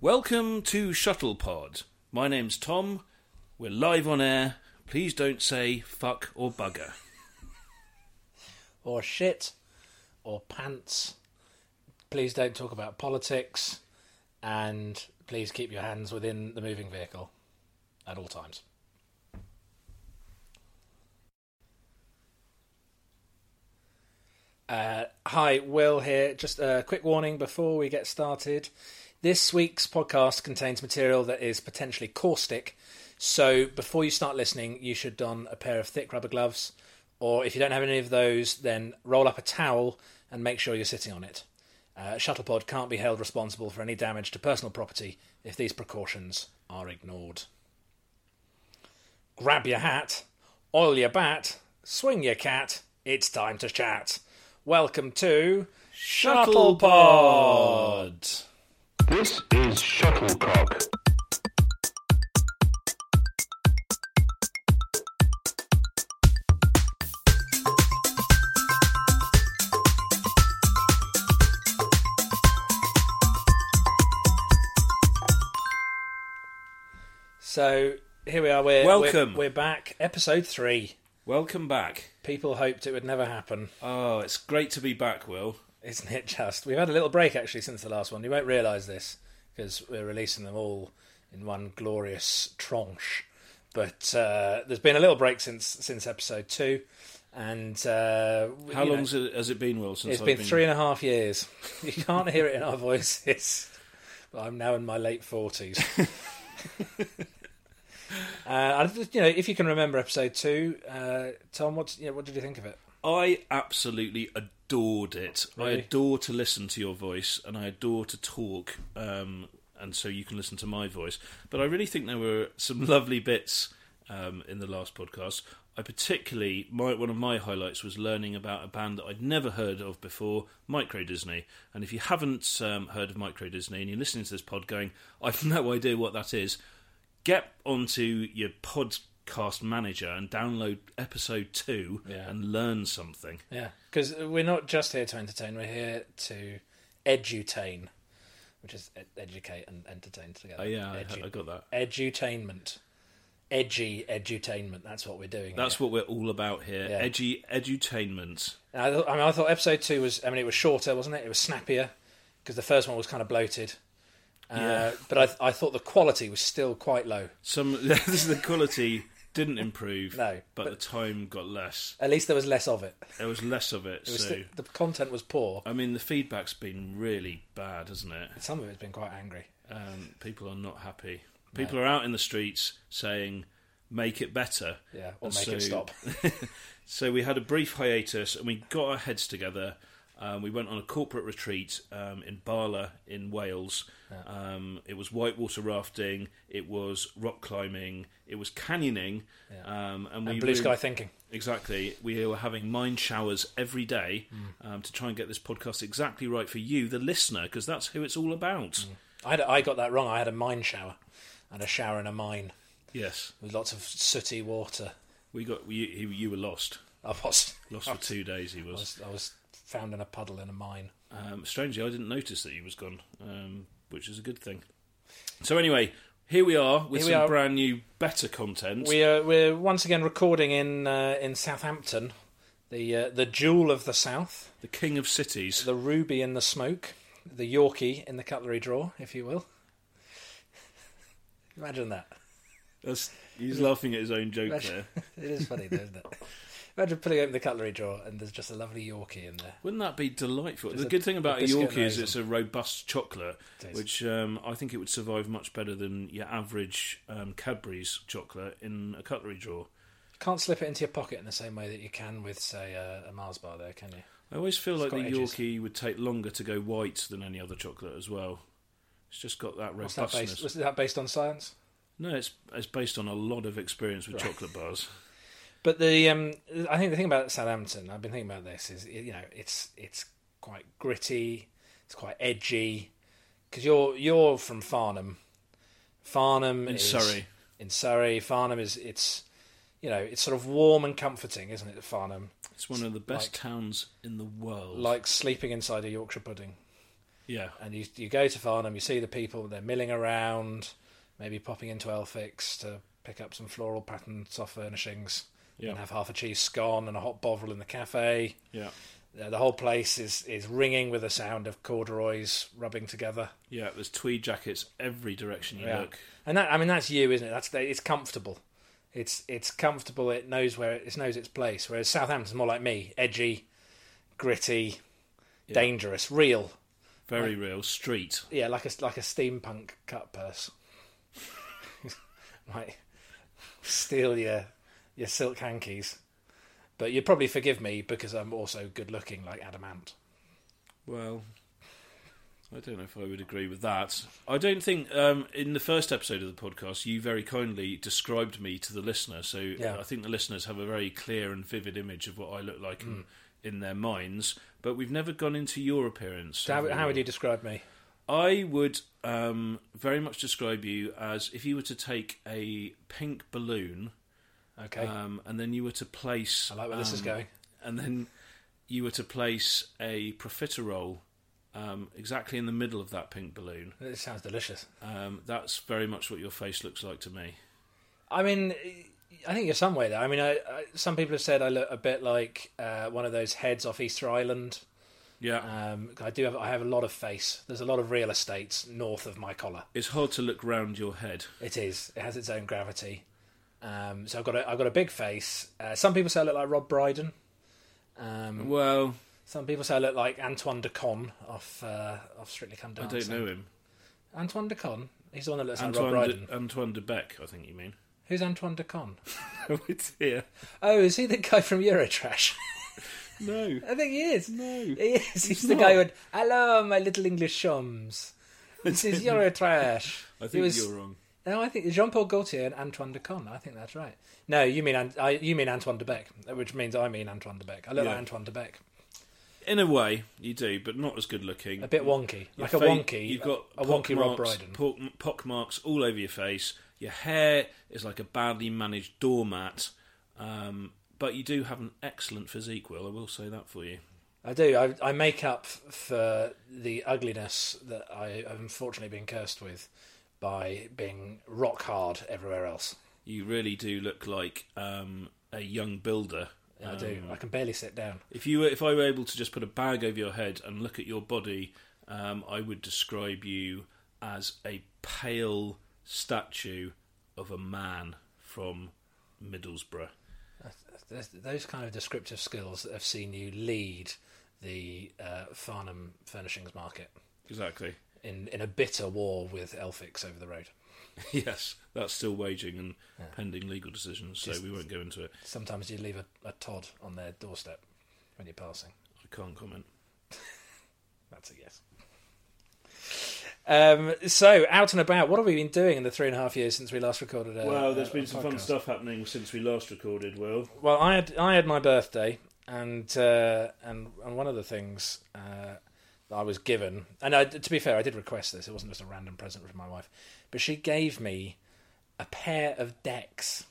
Welcome to Shuttlepod. My name's Tom. We're live on air. Please don't say fuck or bugger. or shit or pants. Please don't talk about politics and please keep your hands within the moving vehicle at all times. Uh, hi, Will here. Just a quick warning before we get started. This week's podcast contains material that is potentially caustic, so before you start listening, you should don a pair of thick rubber gloves, or if you don't have any of those, then roll up a towel and make sure you're sitting on it. Uh, Shuttlepod can't be held responsible for any damage to personal property if these precautions are ignored. Grab your hat, oil your bat, swing your cat, it's time to chat. Welcome to Shuttlepod! This is Shuttlecock. So here we are, we're, Welcome. we're, we're back, episode three. Welcome back. People hoped it would never happen, Oh, it's great to be back, Will. isn't it just? We've had a little break actually since the last one. You won't realise this because we're releasing them all in one glorious tranche. But uh, there's been a little break since since episode two, and uh, How you know, long has it, has it been, Will, since It's I've been three and a half years. You can't hear it in our voices, but I'm now in my late forties. uh, I just- you know, if you can remember episode two, uh, Tom, what you know, what did you think of it? I absolutely adored it. I Really? adore to listen to your voice, and I adore to talk, um, and so you can listen to my voice. But I really think there were some lovely bits um, in the last podcast. I particularly my one of my highlights was learning about a band that I'd never heard of before, Micro Disney. And if you haven't um, heard of Micro Disney and you're listening to this pod, going, I've no idea what that is get onto your podcast manager and download episode two Yeah. and learn something. Yeah, because we're not just here to entertain; we're here to edutain, which is ed- educate and entertain together. Oh, yeah, I, Edu- I got that. edutainment, edgy edutainment. That's what we're doing. here. That's what we're all about here. Yeah. Edgy edutainment. And I, thought, I mean, I thought episode two was. I mean, it was shorter, wasn't it? It was snappier because the first one was kind of bloated. Uh, Yeah. But I, I thought the quality was still quite low. Some the quality didn't improve. No, but, but- the time got less. At least there was less of it. There was less of it. It was so sti- the content was poor. I mean, the feedback's been really bad, hasn't it? Some of it's been quite angry. Um, people are not happy. People are out in the streets saying, "Make it better." Yeah, or And make it stop. so we had a brief hiatus and we got our heads together. Um, we went on a corporate retreat um, in Bala in Wales. Um, it was whitewater rafting, it was rock climbing, it was canyoning, um, and we And blue were- sky thinking. Exactly. We were having mind showers every day Hmm. um, to try and get this podcast exactly right for you, the listener, because that's who it's all about. I, had, I got that wrong. I had a mine shower and a shower in a mine Yes, with lots of sooty water. we got you. You you were lost, I was, lost for two days. He I was. was, I was found in a puddle in a mine. Um, strangely, I didn't notice that he was gone, um, which is a good thing. So anyway, here we are with Here we some are. brand new, better content. We are we're once again recording in uh, in Southampton, the uh, the jewel of the south, the king of cities. the ruby in the smoke, the Yorkie in the cutlery drawer, if you will. Imagine that. That's, he's laughing at his own joke Imagine- there. it is funny, though, isn't it? Imagine pulling open the cutlery drawer and there's just a lovely Yorkie in there. Wouldn't that be delightful? There's the a- good thing about a a biscuit Yorkie is raisin. it's a robust chocolate, It is. which um, I think it would survive much better than your average um, Cadbury's chocolate in a cutlery drawer. Can't slip it into your pocket in the same way that you can with, say, uh, a Mars bar. There, can you? I always feel like got the edges. Yorkie would take longer to go white than any other chocolate as well. It's just got that What's robustness. that based? Was that based on science? No, it's it's based on a lot of experience with chocolate bars. But the um, I think the thing about Southampton, I've been thinking about this, is you know it's it's quite gritty, it's quite edgy, because you're you're from Farnham, Farnham In is, Surrey. in Surrey, Farnham is it's you know it's sort of warm and comforting, isn't it? Farnham, It's one of the best Like- towns in the world. like sleeping inside a Yorkshire pudding. Yeah. and you you go to Farnham, you see the people, they're milling around, maybe popping into Elfix to pick up some floral pattern soft furnishings, Yeah. and have half a cheese scone and a hot bovril in the cafe. Yeah. Uh, The whole place is is ringing with the sound of corduroys rubbing together. Yeah. There's tweed jackets every direction you Yeah. look. And that I mean that's you, isn't it? That's it's comfortable. It's it's comfortable. It knows where it knows its place. Whereas Southampton's more like me, edgy, gritty, dangerous, real. Very real. Street. Yeah, like a like a steampunk cut purse. Might steal your your silk hankies, but you'd probably forgive me because I'm also good looking like adamant. Well, I don't know if I would agree with that. I don't think um, in the first episode of the podcast you very kindly described me to the listener, so Yeah. I think the listeners have a very clear and vivid image of what I look like in, Hmm. in their minds. But we've never gone into your appearance. So how, have how we? would you describe me? I would um, very much describe you as if you were to take a pink balloon Okay, um, and then you were to place. I like where this is um, going. And then you were to place a profiterole um, exactly in the middle of that pink balloon. It sounds delicious. Um, that's very much what your face looks like to me. I mean, I think you're some way there. I mean, I, I, some people have said I look a bit like uh, one of those heads off Easter Island. Yeah. Um, I do have I have a lot of face. There's a lot of real estates north of my collar. it's hard to look round your head. It is. It has its own gravity. Um, so I've got a, I've got a big face. Uh, some people say I look like Rob Brydon. Um, Well, some people say I look like Antoine de Con off uh, off Strictly Come I Dancing. don't know him. Antoine de Con. He's the one that looks like Rob Antoine Brydon. de, Antoine de Beck, I think you mean. Who's Antoine de Con? Oh, it's here. Oh, is he the guy from Eurotrash? No. I think he is. No. He is. He's the not. guy who went, Hello, my little English chums. This is Eurotrash. I It think was- you're wrong. No, I think Jean Paul Gaultier and Antoine de Con. I think that's right. No, you mean Ant- I, you mean Antoine de Beck, which means I mean Antoine de Beck. I look Yeah. like Antoine de Beck. In a way, you do, but not as good looking. A bit wonky, Your like a fa- wonky. You've got a pock wonky Rob marks, Brydon. Pock, pock marks all over your face. Your hair is like a badly managed doormat. Um, but you do have an excellent physique, Will. I will say that for you. I do. I, I make up for the ugliness that I have unfortunately been cursed with by being rock hard everywhere else. You really do look like um, a young builder. Um, I do. I can barely sit down. If you were, if I were able to just put a bag over your head and look at your body, um, I would describe you as a pale statue of a man from Middlesbrough. Th- Those kind of descriptive skills that have seen you lead the uh, Farnham furnishings market. Exactly. in, in a bitter war with Elfix over the road. Yes, that's still waging and pending legal decisions, so Just- we won't go into it. Sometimes you leave a, a Todd on their doorstep when you're passing. I can't comment. That's a yes. Um, so out and about, what have we been doing in the three and a half years since we last recorded? A, well, there there's Uh, a, been a some fun podcast? stuff happening since we last recorded, Will. Well, I had I had my birthday, and uh, and and one of the things uh, that I was given, and I, to be fair, I did request this. It wasn't just a random present from my wife, but she gave me a pair of decks.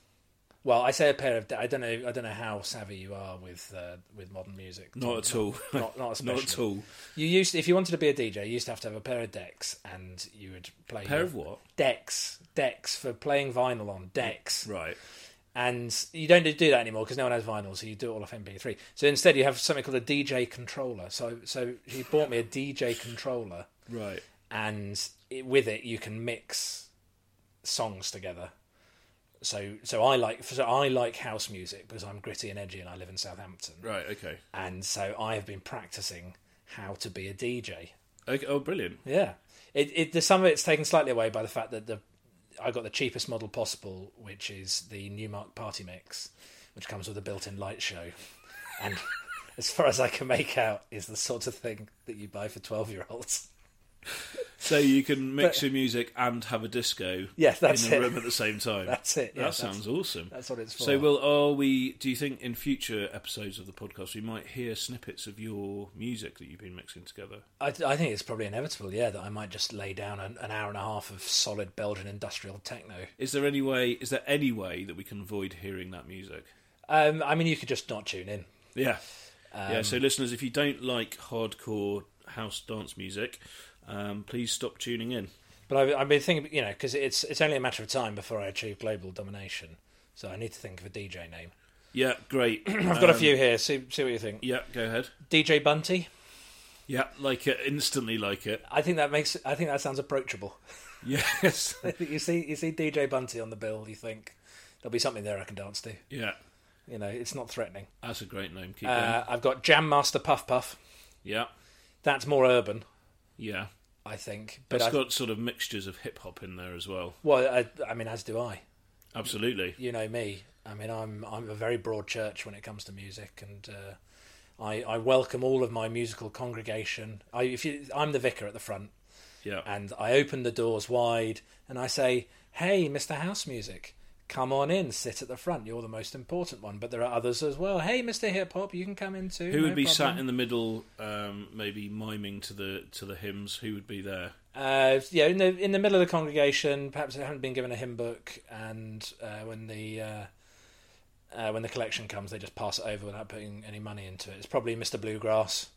Well, I say a pair of. De- I don't know. I don't know how savvy you are with uh, with modern music. Not at all. Not, not, Not especially. at all. You used if you wanted to be a DJ, you used to have to have a pair of decks, and you would play Pair your- of what? decks decks for playing vinyl on decks Right. and you don't do that anymore because no one has vinyl, so you do it all off MP3. So instead, you have something called a DJ controller. So so she bought me a DJ controller, Right. and it, with it you can mix songs together. So so I like so I like house music because I'm gritty and edgy and I live in Southampton, Right. Okay. and so I have been practicing how to be a DJ. okay. Oh, brilliant. Yeah, it, it the, some of it's taken slightly away by the fact that the I got the cheapest model possible, which is the Newmark Party Mix, which comes with a built-in light show, and as far as I can make out, is the sort of thing that you buy for twelve-year-olds. So you can mix your music and have a disco. Yeah, that's in the it. room at the same time. That's it, yeah, that that's- sounds awesome. That's what it's for. so, Will, are we? Do you think in future episodes of the podcast we might hear snippets of your music that you've been mixing together? I, I think it's probably inevitable, yeah, that I might just lay down an, an hour and a half of solid Belgian industrial techno. Is there any way? Is there any way that we can avoid hearing that music? Um, I mean, you could just not tune in. Um, Yeah, yeah. So, listeners, if you don't like hardcore house dance music, um, please stop tuning in. But I've, I've been thinking, you know, because it's it's only a matter of time before I achieve global domination. So I need to think of a DJ name. Yeah, great. Um, I've got a few here. See see what you think. Yeah, go ahead. DJ Bunty. Yeah, like it instantly, like it. I think that makes. I think that sounds approachable. Yes. you see you see DJ Bunty on the bill. You think there'll be something there I can dance to. yeah, You know, it's not threatening. that's a great name. Keep going. Uh, I've got Jam Master Puff Puff. Yeah, That's more urban, yeah. I think. But It's I, got sort of mixtures of hip hop in there as well. well, I, I mean, as do I. Absolutely. You know me. I mean, I'm I'm a very broad church when it comes to music, and uh, I I welcome all of my musical congregation. I if you, I'm the vicar at the front, Yeah. and I open the doors wide, and I say, "Hey, Mr. House Music." Come on in, sit at the front. You're the most important one, but there are others as well. Hey, Mr. Hip Hop, you can come in too. Who no would be problem. sat in the middle, um, maybe miming to the to the hymns? Who would be there? uh, yeah, in the in the middle of the congregation, perhaps they haven't been given a hymn book, and uh, when the uh, uh, when the collection comes, they just pass it over without putting any money into it. It's probably Mister Bluegrass,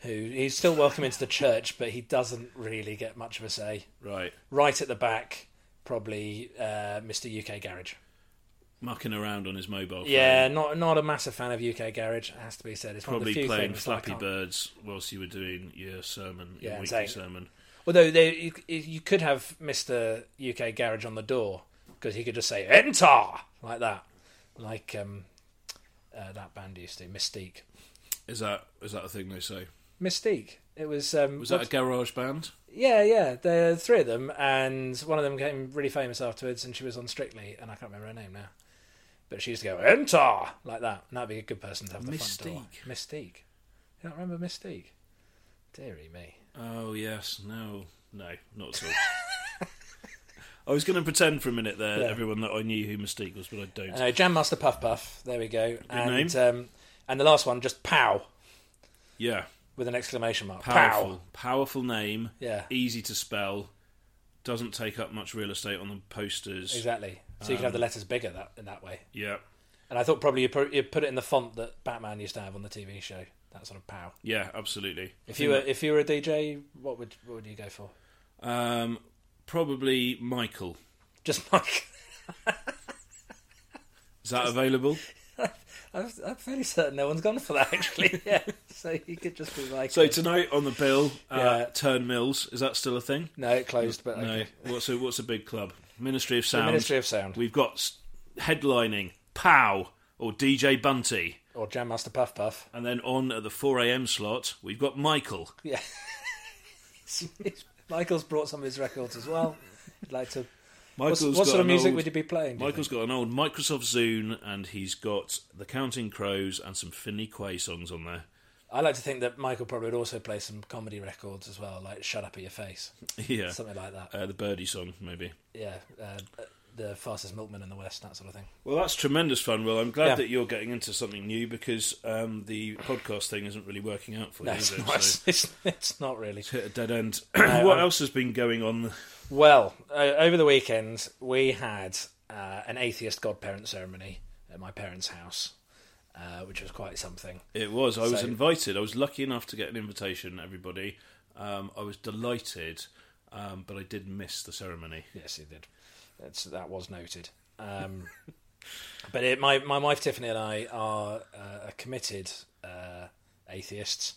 who he's still welcome into the church, but he doesn't really get much of a say. Right, Right at the back, probably uh, Mister UK Garage. mucking around on his mobile. phone. Yeah, not not a massive fan of UK Garage. It has to be said. It's one of the Probably few playing things that I Flappy can't- Birds whilst you were doing your sermon, your Yeah, weekly insane. sermon. Although they, you, you could have Mister UK Garage on the door because he could just say "Enter" like that, like um, uh, that band used to Mystique. Is that is that a thing they say? Mystique. It was um, Was that a what- garage band? yeah, yeah. There are three of them, and one of them became really famous afterwards, and she was on Strictly, and I can't remember her name now. But she used to go "Enter" like that, and that'd be a good person to have the front door. Mystique. You don't remember Mystique? Deary me. Oh yes, no, no, not at all. I was going to pretend for a minute there, Yeah. everyone that I knew who Mystique was, but I don't. Uh, Jam Master Puff Puff. There we go. and name. um and the last one just pow yeah, with an exclamation mark. powerful, Pow. powerful name. Yeah. easy to spell. Doesn't take up much real estate on the posters. Exactly. So you can have Um, the letters bigger that in that way. Yeah, And I thought probably you put, you put it in the font that Batman used to have on the TV show. That sort of pow. yeah, absolutely. If you were if you were a DJ, what would what would you go for? um, probably Michael. Just like Is that available? I'm, I'm fairly certain no one's gone for that actually. Yeah. So you could just be like, uh, So tonight on the bill, uh, Yeah. Turn Mills. Is that still a thing? no, it closed, but okay. No. What's a what's a big club? Ministry of Sound. Ministry of Sound We've got s- headlining Pow or DJ Bunty, or Jam Master Puff Puff. and then on at the 4 a.m. slot we've got Michael. Yeah. Michael's brought some of his records as well. I'd like to. What's, Michael's what got sort an of music old- would you be playing? do you Michael's got an old Microsoft Zune, and he's got The Counting Crows and some Finley Quay songs on there. think? I like to think that Michael probably would also play some comedy records as well, like "Shut Up at Your Face," Yeah, something like that. uh, the Birdie song maybe. Yeah, uh, the fastest milkman in the west, that sort of thing. Well, that's tremendous fun, Will. I'm glad Yeah. that you're getting into something new because um, the podcast thing isn't really working out for you. it's, is it? not, So it's, it's not really. it's hit a dead end. what I'm- else has been going on? Well, uh, over the weekend we had uh, an atheist godparent ceremony at my parents' house, uh, which was quite something. It was. I was So- invited. I was lucky enough to get an invitation. Everybody, um, I was delighted, um, but I did miss the ceremony. Yes, he did. That's, that was noted. Um, but it, my my wife Tiffany and I are uh, committed uh, atheists,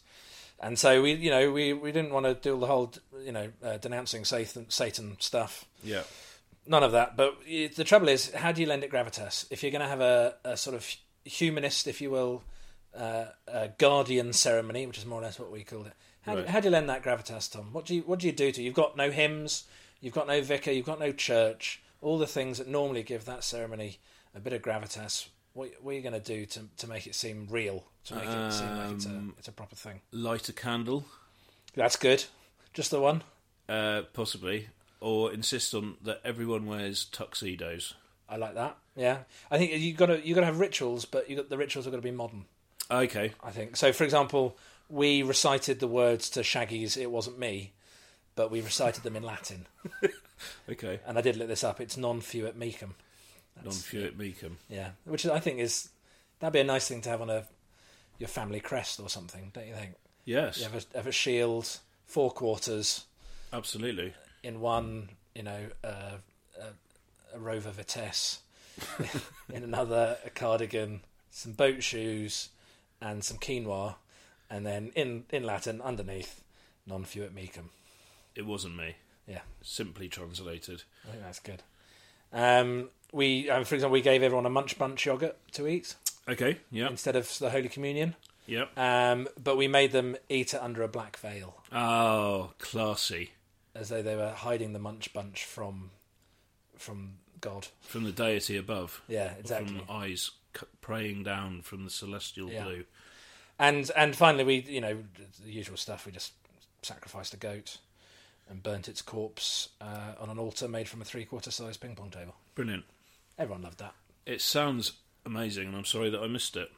and so we you know we, we didn't want to do all the whole you know uh, denouncing Satan Satan stuff. Yeah, None of that. But it, the trouble is, how do you lend it gravitas if you're going to have a, a sort of humanist, if you will, uh, a guardian ceremony, which is more or less what we called it? How, Right. do, how do you lend that gravitas, Tom? What do you what do you do to? You've got no hymns, you've got no vicar, you've got no church. All the things that normally give that ceremony a bit of gravitas. What, what are you going to do to to make it seem real? To make it seem like it's a Um, it's a proper thing. light a candle, That's good. Just the one. uh, possibly, or insist on that everyone wears tuxedos. I like that. Yeah, I think you got to you got to have rituals, but you got the rituals are going to be modern. Okay. I think. So, for example, we recited the words to Shaggy's It Wasn't Me, but we recited them in Latin. Okay. And I did look this up. It's non fuit mecum. Non fuit mecum. Yeah. Which I think is, that'd be a nice thing to have on a your family crest or something, don't you think? Yes. You have a, have a shield, four quarters, Absolutely. in one, you know, uh, a, a Rover Vitesse, in another, a cardigan, some boat shoes, and some quinoa, and then in, in Latin, underneath, non fuit mecum. It wasn't me. Yeah. Simply translated. I think that's good. Um, we, um, for example, we gave everyone a Munch Bunch yogurt to eat Okay. Yeah. instead of the Holy Communion, Yeah. um, but we made them eat it under a black veil. Oh, classy. as though they were hiding the Munch Bunch from from God. From the deity above. Yeah, exactly. From eyes c- praying down from the celestial Yeah. blue. And and finally, we you know the usual stuff. We just sacrificed a goat and burnt its corpse uh, on an altar made from a three-quarter size ping pong table. Brilliant. Everyone loved that. It sounds amazing, and I'm sorry that I missed it.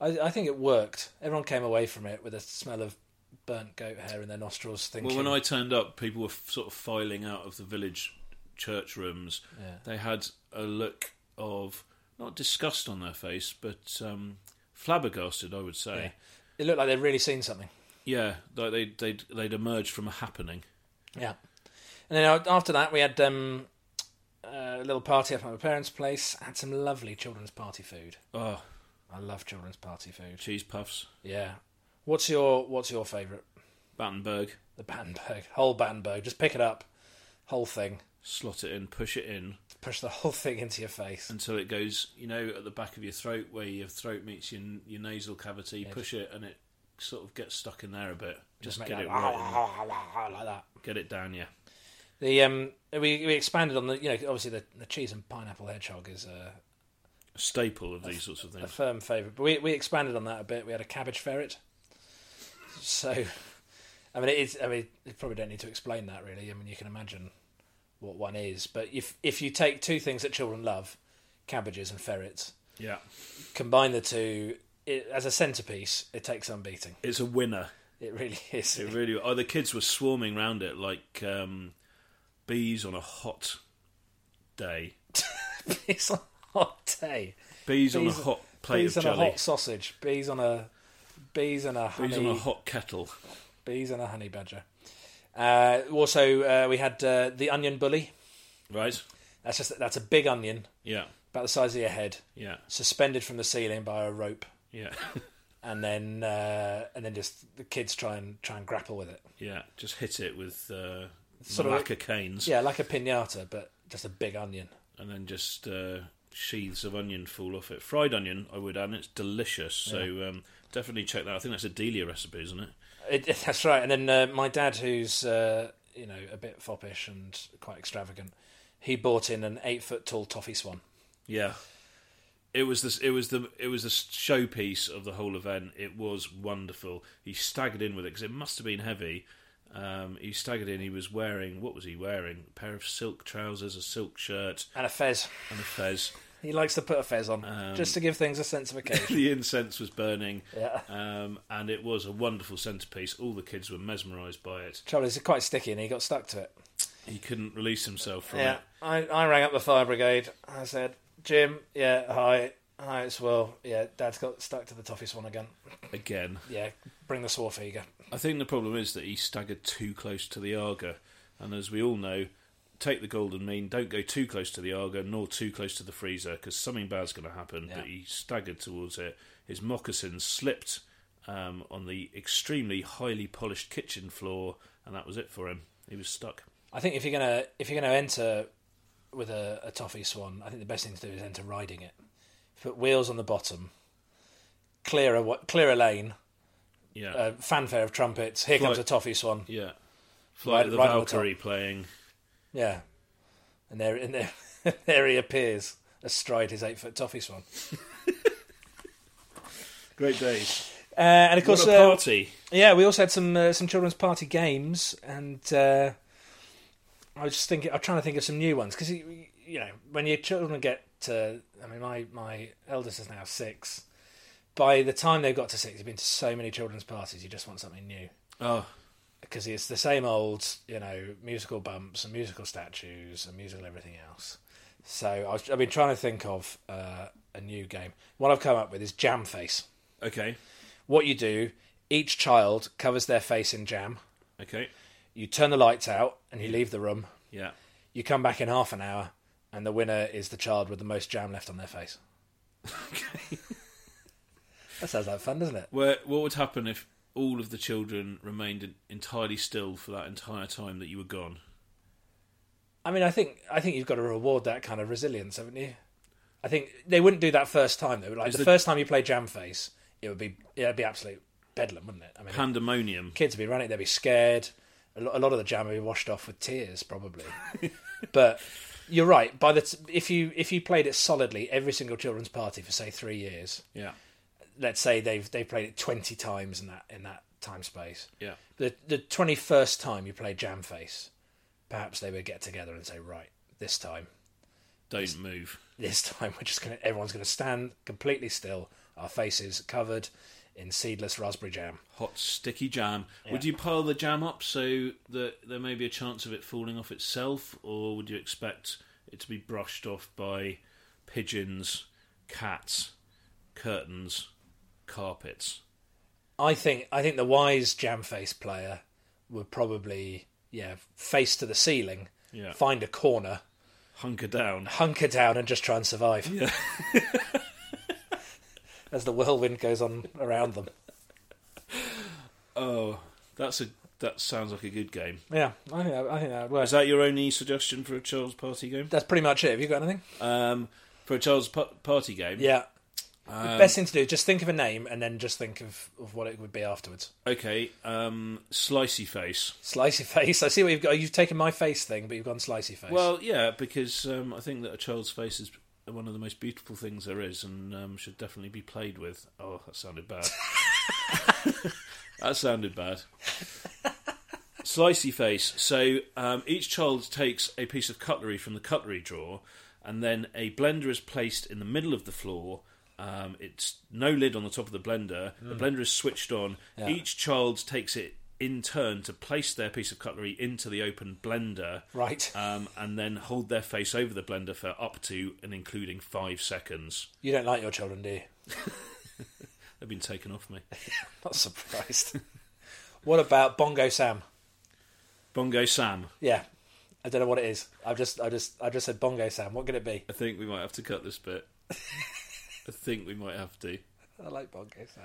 I, I think it worked. Everyone came away from it with a smell of burnt goat hair in their nostrils, thinking, Well, when I turned up, people were f- sort of filing out of the village church rooms. Yeah. They had a look of not disgust on their face, but um, flabbergasted, I would say. "It looked like they'd really seen something." Yeah, like they they'd they'd emerged from a happening. Yeah. And then a- after that, we had um, a little party up at my parents' place. Had some lovely children's party food. Oh, I love children's party food. cheese puffs, Yeah. What's your What's your favourite? Battenberg, The Battenberg, whole Battenberg. Just pick it up, whole thing. slot it in, push it in Push the whole thing into your face. until it goes. You know, at the back of your throat where your throat meets your your nasal cavity. Push it, and it sort of gets stuck in there a bit. Just, make get that it right, in, like that. get it down. Yeah, The um, we we expanded on the you know obviously the, the cheese and pineapple hedgehog is a, a staple of these sorts of a things. firm favourite, but we we expanded on that a bit. We had a cabbage ferret. So, I mean, it is. I mean, you probably don't need to explain that really. I mean, you can imagine what one is. But if if you take two things that children love, cabbages and ferrets, Yeah, combine the two it, as a centerpiece, it takes some beating. it's a winner. It really is. It really. Oh, the kids were swarming round it like um, bees on a hot day. it's a hot day. Bees, on a Bees- hot plate Bees of on jelly. a hot sausage. Bees on a bees on a honey. bees on a hot kettle. bees on a honey badger. Uh, also, uh, we had uh, the onion bully. Right? That's just that's a big onion Yeah. about the size of your head, Yeah. suspended from the ceiling by a rope, Yeah. and then uh, and then just the kids try and try and grapple with it. yeah. Just hit it with uh, Sort of malacca canes Yeah, like a pinata, but just a big onion. and then just uh, sheaths of onion fall off it. Fried onion, I would add, and it's delicious. So um, definitely check that. I think that's a Delia recipe, isn't it? It, that's right. And then uh, my dad, who's uh, you know a bit foppish and quite extravagant, he bought in an eight foot tall toffee swan. Yeah. It was this. It was the. It was the showpiece of the whole event. It was wonderful. He staggered in with it because it must have been heavy. Um, he staggered in. He was wearing what was he wearing? A pair of silk trousers, a silk shirt, And a fez. and a fez. He likes to put a fez on Um, just to give things a sense of occasion. the incense was burning, yeah. um, and it was a wonderful centerpiece. All the kids were mesmerised by it. Trouble is, it's quite sticky, and he got stuck to it. He couldn't release himself from Yeah, it. I, I rang up the fire brigade. I said, Jim, yeah, hi, hi, it's Will. Yeah, Dad's got stuck to the toffee swan again. again. Yeah, bring the swarfeger. I think the problem is that he staggered too close to the Arga, and as we all know, take the golden mean. Don't go too close to the Arga, nor too close to the freezer, because something bad's going to happen. Yeah. But he staggered towards it. His moccasins slipped um, on the extremely highly polished kitchen floor, and that was it for him. He was stuck. I think if you're gonna if you're gonna enter with a, a toffee swan, I think the best thing to do is enter riding it. Put wheels on the bottom, clear a wa- clear a lane, Yeah, uh, fanfare of trumpets. Here Flight. comes a toffee swan. yeah. Flight of the right on the top. Valkyrie playing. Yeah, and there and there, there he appears astride his eight foot toffee swan. Great days. Uh, and of course, What a uh, party! Yeah, we also had some uh, some children's party games, and uh, I was just thinking, I'm trying to think of some new ones because you you know when your children get to, I mean, my my eldest is now six. By the time they've got to six, you've been to so many children's parties, you just want something new Oh, because it's the same old, you know, musical bumps and musical statues and musical everything else. So I was, I've been trying to think of uh, a new game. What I've come up with is Jam Face. okay, What you do, each child covers their face in jam okay. You turn the lights out and you leave the room. Yeah. You come back in half an hour, and the winner is the child with the most jam left on their face. That sounds like fun, doesn't it? Where what would happen if all of the children remained en- entirely still for that entire time that you were gone? I mean, I think I think you've got to reward that kind of resilience, haven't you? I think they wouldn't do that first time though. Like the, the- first time you play Jam Face, it would be it'd be absolute bedlam, wouldn't it? I mean, Pandemonium. kids would be running, they'd be scared. A lo- a lot of the jam would be washed off with tears, probably. but you're right. By the t- if you if you played it solidly every single children's party for say three years, Yeah. let's say they've they played it twenty times in that in that time space. Yeah. The the twenty first time you play Jam Face, perhaps they would get together and say, right, this time Don't move. this time we're just gonna everyone's gonna stand completely still, our faces covered in seedless raspberry jam. Hot sticky jam. Would you pile the jam up so that there may be a chance of it falling off itself, or would you expect it to be brushed off by pigeons, cats, curtains, carpets? I think I think the wise jam face player would probably yeah face to the ceiling, Yeah. find a corner, Hunker down. hunker down, and just try and survive. Yeah. As the whirlwind goes on around them. Oh, that's a that sounds like a good game. Yeah, I think that, I think that would work. Is that your only suggestion for a child's party game? That's pretty much it. Have you got anything? Um, for a child's pa- party game, Yeah. Um, the best thing to do is just think of a name and then just think of, of what it would be afterwards. Okay, um, slicey face. Slicey face. I see what you've got. You've taken my face thing, but you've gone slicey face. Well, yeah, because um, I think that a child's face is one of the most beautiful things there is, and um, should definitely be played with. Oh, that sounded bad. that sounded bad. Slicey face. So um, each child takes a piece of cutlery from the cutlery drawer, and then a blender is placed in the middle of the floor. Um, it's no lid on the top of the blender. The blender is switched on. Each child takes it in turn to place their piece of cutlery into the open blender right. um, and then hold their face over the blender for up to and including five seconds. you don't like your children, do you? They've been taken off me. Not surprised. what about Bongo Sam? Bongo Sam. Yeah, I don't know what it is. I've just, I just, I just said Bongo Sam. What could it be? I think we might have to cut this bit. I think we might have to. I like Bongo Sam.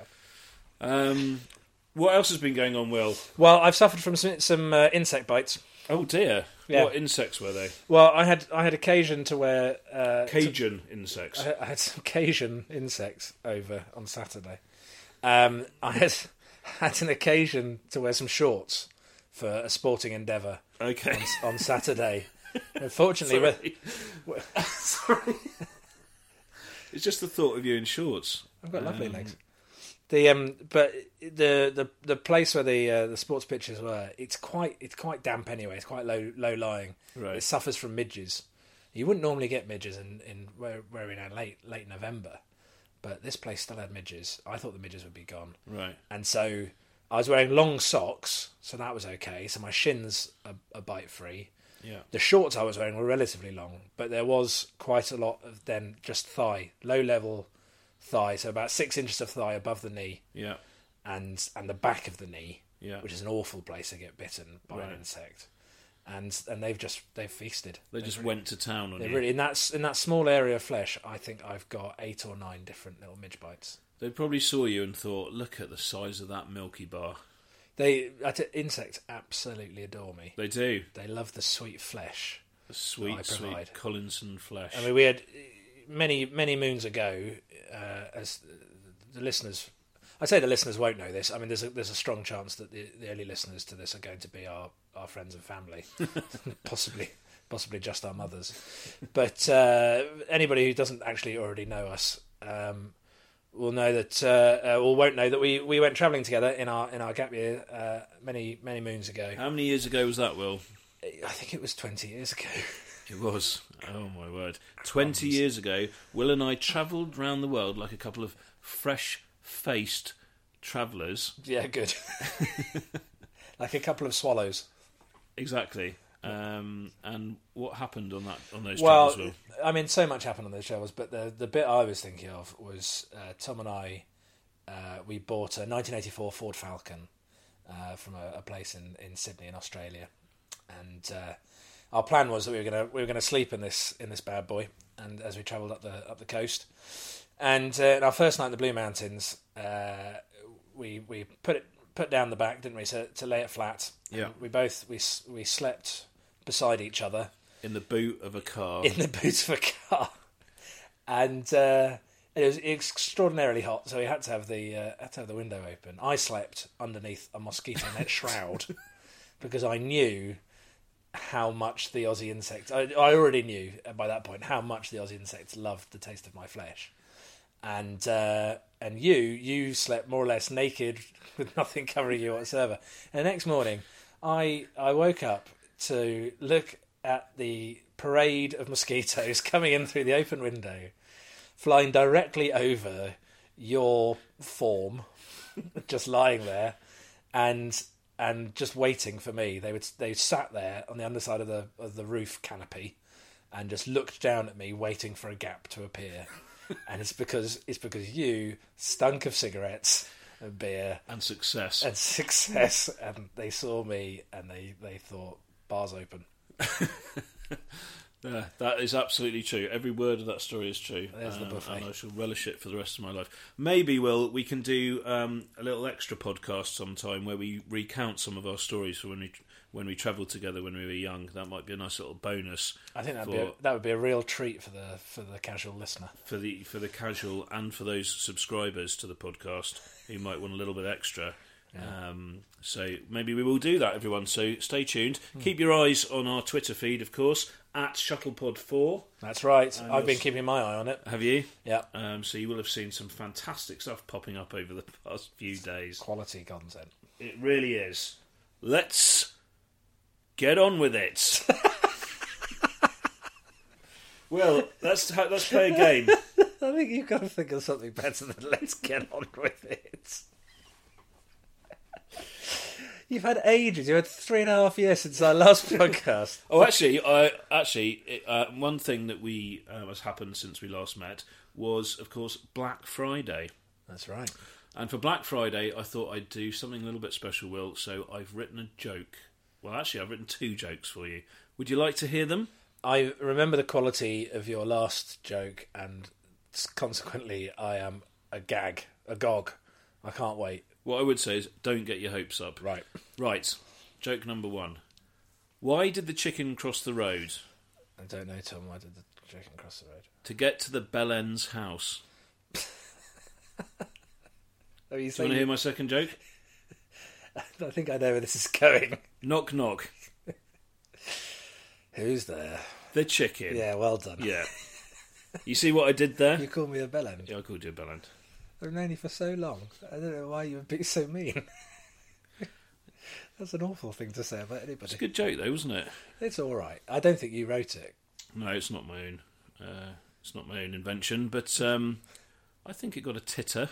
Um, what else has been going on, Will? Well, I've suffered from some, some uh, insect bites. Oh dear. Yeah. What insects were they? Well, I had, I had occasion to wear. Uh, Cajun insects. I I had some Cajun insects over on Saturday. Um, I had had an occasion to wear some shorts for a sporting endeavour Okay. on Saturday. Unfortunately, with, It's just the thought of you in shorts. I've got lovely Um, legs. The um, but the the the place where the uh, the sports pitches were, it's quite it's quite damp anyway. It's quite low low lying. Right. It suffers from midges. You wouldn't normally get midges in in where where we're now late late November, but this place still had midges. I thought the midges would be gone, Right. and so I was wearing long socks, so that was okay. So my shins are, are bite free. Yeah. The shorts I was wearing were relatively long, but there was quite a lot of then just thigh, low level thigh, so about six inches of thigh above the knee Yeah. and and the back of the knee, Yeah. which is an awful place to get bitten by Right. an insect. And and they've just they've feasted. They just went to town on They you. really in that s- in that small area of flesh, I think I've got eight or nine different little midge bites. They probably saw you and thought, "Look at the size of that Milky Bar." They I t- insects absolutely adore me. They do. They love the sweet flesh. The I sweet, provide. sweet Collinson flesh. I mean, we had uh, many many moons ago, uh, as the listeners, I say the listeners won't know this. I mean, there's a, there's a strong chance that the, the early listeners to this are going to be our, our friends and family, possibly possibly just our mothers. But uh, anybody who doesn't actually already know us. Um, will know that uh, uh, or won't know that we, we went travelling together in our in our gap year uh, many many moons ago. How many years ago was that, Will? I think it was twenty years ago. It was. Oh my word. 20 years ago, Will and I travelled round the world like a couple of fresh faced travellers. Yeah, good. like a couple of swallows. Exactly. Um, and what happened on that on those Well, travels, Will? I mean, so much happened on those travels, but the the bit I was thinking of was uh, Tom and I. Uh, we bought a 1984 Ford Falcon, uh, from a, a place in, in Sydney in Australia, and uh, our plan was that we were gonna we were gonna sleep in this in this bad boy, and as we travelled up the up the coast, and uh, in our first night in the Blue Mountains, uh, we we put it put down the back, didn't we, to, to lay it flat. Yeah. we both we s- we slept beside each other in the boot of a car. in the boot of a car, and uh, it was extraordinarily hot. So we had to have the uh, had to have the window open. I slept underneath a mosquito net shroud because I knew how much the Aussie insects. I, I already knew by that point how much the Aussie insects loved the taste of my flesh, and uh, and you you slept more or less naked with nothing covering you whatsoever. And the next morning, I I woke up to look at the parade of mosquitoes coming in through the open window, flying directly over your form, just lying there, and and just waiting for me. They would they sat there on the underside of the of the roof canopy, and just looked down at me, waiting for a gap to appear. and it's because it's because you stunk of cigarettes and beer and success. and success, and they saw me and they they thought bars open. Yeah, that is absolutely true. Every word of that story is true. Um, There's the buffet. And I shall relish it for the rest of my life. Maybe, Will, we can do um, a little extra podcast sometime where we recount some of our stories for when we when we travelled together when we were young. That might be a nice little bonus. I think that'd for, be a, that would be a real treat for the for the casual listener. for the for the casual and for those subscribers to the podcast who might want a little bit extra. Um, so maybe we will do that, everyone. So stay tuned. Hmm. Keep your eyes on our Twitter feed, of course, at ShuttlePod4. That's right. And I've been you'll- keeping my eye on it. Have you? Yeah, Um, so you will have seen some fantastic stuff popping up over the past few days. quality content. It really is. Let's get on with it. well, let's ha- let's play a game. I think you've got to think of something better than let's get on with it. You've had ages. You had three and a half years since our last podcast. Oh, actually, I actually it, uh, one thing that we uh, has happened since we last met was, of course, Black Friday. That's right. And for Black Friday, I thought I'd do something a little bit special, Will. So I've written a joke. Well, actually, I've written two jokes for you. Would you like to hear them? I remember the quality of your last joke, and consequently, I am a gag, a gog. I can't wait. What I would say is don't get your hopes up. Right. Right. Joke number one. Why did the chicken cross the road? I don't know, Tom. Why did the chicken cross the road? To get to the Bellend's house. Oh, you Do you want to hear my second joke? I think I know where this is going. Knock, knock. Who's there? The chicken. Yeah, well done. Yeah. You see what I did there? You call me a bellend. Yeah, I called you a bellend. I've known you for so long. I don't know why you would be so mean. That's an awful thing to say about It's a anybody. good joke though, wasn't it? It's all right. I don't think you wrote it. No, it's not my own. Uh, it's not my own invention, but um, I think it got a titter.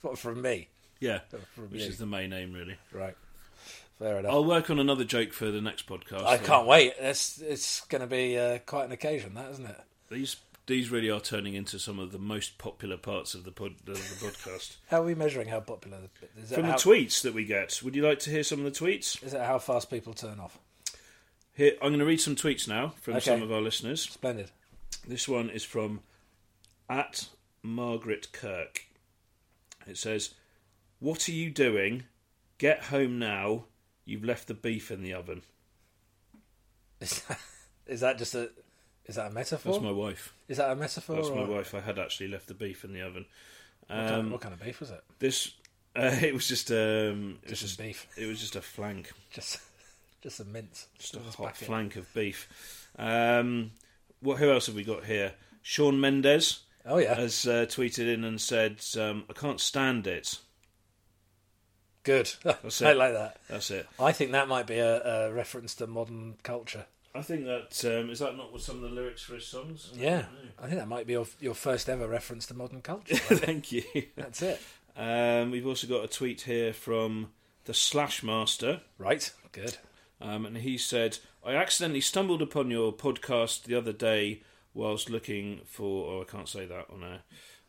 What from me? Yeah, From which you. is the main aim really. Right. Fair enough. I'll work on another joke for the next podcast. I though. can't wait. It's it's going to be uh, quite an occasion, that isn't it? These these really are turning into some of the most popular parts of the pod, of the podcast. How are we measuring how popular the, is it? From how, the tweets that we get, would you like to hear some of the tweets? is it how fast people turn off? Here, I'm going to read some tweets now from Okay. some of our listeners. Splendid. This one is from at Margaret Kirk. It says, "What are you doing? Get home now. You've left the beef in the oven." Is that, is that just a is that a metaphor? That's my wife. is that a metaphor? That's my or- wife. I had actually left the beef in the oven. What kind, of, Um, what kind of beef was it? this uh, it was just um, it was Just just some beef. it was just a flank. Just just some mince. Just a Let's hot back it. flank of beef. Um, what? Who else have we got here? Sean Mendes Oh yeah, has uh, tweeted in and said, um, "I can't stand it." good. I it. like that. That's it. I think that might be a, a reference to modern culture. I think that um, is that not what some of the lyrics for his songs. Oh, Yeah, I think that might be your your first ever reference to modern culture. Thank you. That's it. Um, we've also got a tweet here from the Slash Master, Right. Good. um, and he said, "I accidentally stumbled upon your podcast the other day whilst looking for. Oh, I can't say that on air.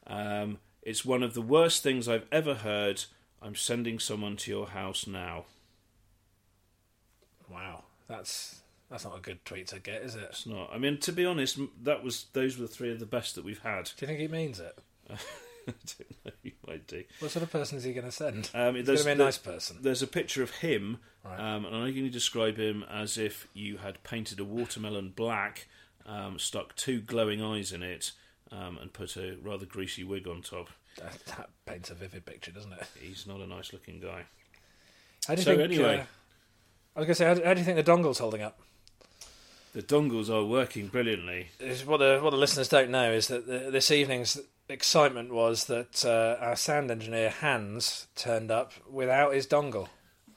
Um, it's one of the worst things I've ever heard. I'm sending someone to your house now. Wow, that's that's not a good tweet to get, is it? It's not. I mean, to be honest, m- that was those were three of the best that we've had. Do you think he means it? I don't know. You might do. What sort of person is he going to send? Um, He's going there's- to be a nice person. There's a picture of him, Right. um, and I'm going to describe him as if you had painted a watermelon black, um, stuck two glowing eyes in it, um, and put a rather greasy wig on top. That, that paints a vivid picture, doesn't it? He's not a nice looking guy. How do you So think, anyway. uh, I was going to say, how do, how do you think the dongle's holding up? The dongles are working brilliantly. It's what the what the listeners don't know is that the, this evening's excitement was that uh, our sound engineer Hans turned up without his dongle.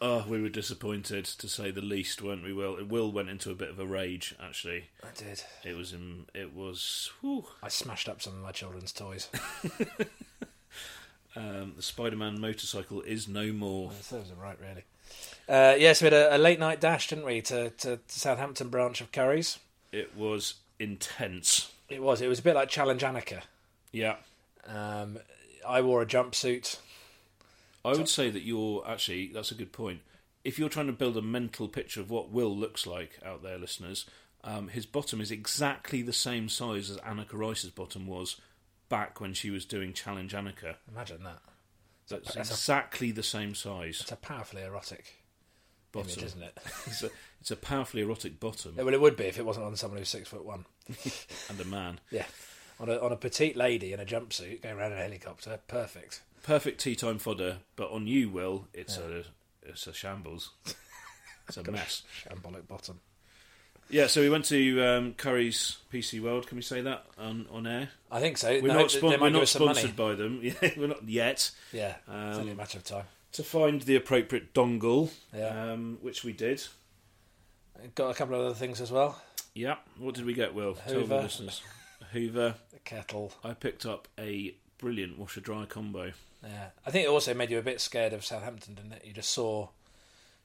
Oh, we were disappointed to say the least, weren't we? Will Will went into a bit of a rage. Actually, I did. it was in, it was whew, I smashed up some of my children's toys. um, the Spider-Man motorcycle is no more. That serves them right, really. Uh, yes, we had a, a late night dash, didn't we, to, to, to Southampton branch of Curry's. It was intense. It was. It was a bit like Challenge Annika. Yeah, Um, I wore a jumpsuit. I would say that you're actually that's a good point. If you're trying to build a mental picture of what Will looks like out there, listeners, um, his bottom is exactly the same size as Annika Rice's bottom was back when she was doing Challenge Annika. Imagine that. That's that's a- exactly the same size. It's a powerfully erotic image, Bottom. isn't it? Oh. It's a, it's a powerfully erotic bottom Yeah, well, it would be if it wasn't on someone who's six foot one. and a man. Yeah. On a, on a petite lady in a jumpsuit going around in a helicopter. Perfect. Perfect tea time fodder, but on you, Will, it's a it's a shambles. It's a mess. Shambolic bottom. Yeah, so we went to um, Curry's PC World. Can we say that on on air? I think so. We're No, not, they- spon- they might we're give not us some money. sponsored by them. Yeah, we're not yet. Yeah. it's only a Um, matter of time. To find the appropriate dongle, Yeah. um, which we did. Got a couple of other things as well. Yeah. What did we get, Will? Tell the Hoover. listeners. Hoover. A kettle. I picked up a brilliant washer dryer combo. Yeah, I think it also made you a bit scared of Southampton, didn't it? You just saw,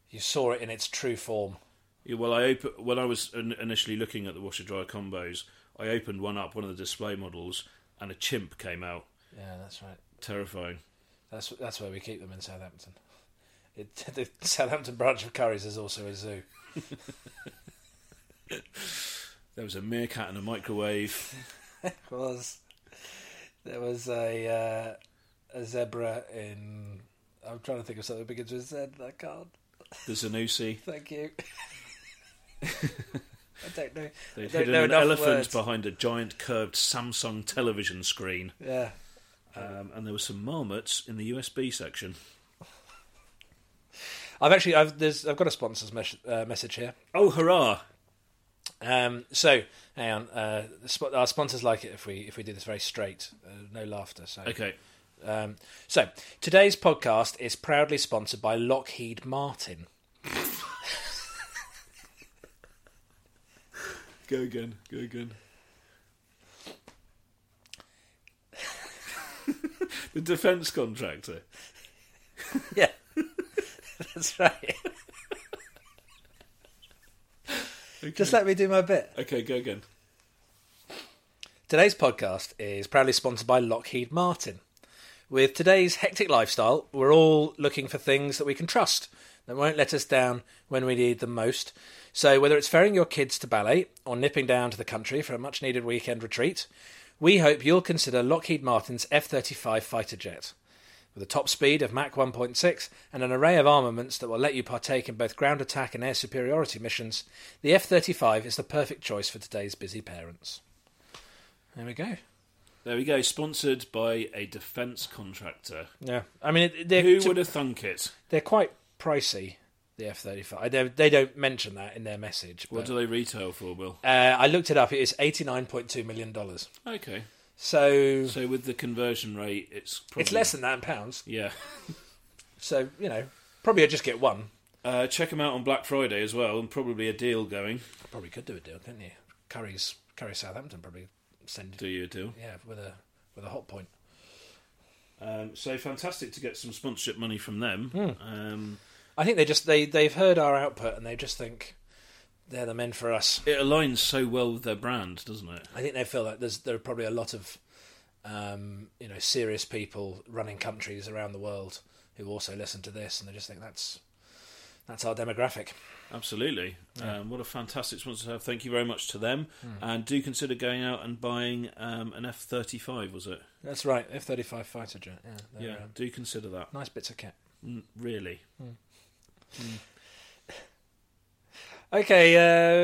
you saw it in its true form. Yeah, well, I op- when I was in- initially looking at the washer dryer combos, I opened one up, one of the display models, and a chimp came out. Yeah, that's right. Terrifying. That's that's where we keep them in Southampton. It, the Southampton branch of Curry's is also a zoo. There was a meerkat and a microwave. Was there was a uh, a zebra in? I'm trying to think of something that begins with Z. I can't. The Zanussi. Thank you. I don't know. They'd don't hidden know an enough elephant words. behind a giant curved Samsung television screen. Yeah, Um, and there were some marmots in the USB section. I've actually I've there's I've got a sponsors mes- uh, message here. Oh, hurrah! Um, so, hang on. Uh, the sp- our sponsors like it if we if we do this very straight, uh, no laughter. So, Okay. um, so today's podcast is proudly sponsored by Lockheed Martin. Go again. Go again. the defence contractor. Yeah, that's right. Okay. Just let me do my bit. Okay, go again. Today's podcast is proudly sponsored by Lockheed Martin. With today's hectic lifestyle, we're all looking for things that we can trust that won't let us down when we need them most. So, whether it's ferrying your kids to ballet or nipping down to the country for a much needed weekend retreat, we hope you'll consider Lockheed Martin's F 35 fighter jet. With a top speed of Mach 1.6 and an array of armaments that will let you partake in both ground attack and air superiority missions, the F 35 is the perfect choice for today's busy parents. There we go. There we go. Sponsored by a defence contractor. Yeah, I mean it- they're Who to- would have thunk it? they're quite pricey. The F thirty five. They they don't mention that in their message. What But, do they retail for, Will? uh, I looked it up. It is eighty nine point two million dollars. Okay. So, So with the conversion rate, it's probably... it's less than that in pounds. Yeah. So you know, probably I just get one. Uh, check them out on Black Friday as well, and probably a deal going. Probably could do a deal, couldn't you? Curry's Curry Southampton probably send Do you a deal? yeah with a with a hot point. Um, so fantastic to get some sponsorship money from them. Um, I think they just they they've heard our output and they just think they're the men for us. it aligns so well with their brand, doesn't it? I think they feel that there's there are probably a lot of um, you know serious people running countries around the world who also listen to this, and they just think that's that's our demographic. Absolutely. Um, what a fantastic sponsor to have. Thank you very much to them. And do consider going out and buying um, an F 35, was it? That's right, F thirty five fighter jet. Yeah, they're, Yeah. um, Do consider that. nice bits of kit. Mm, really. Okay,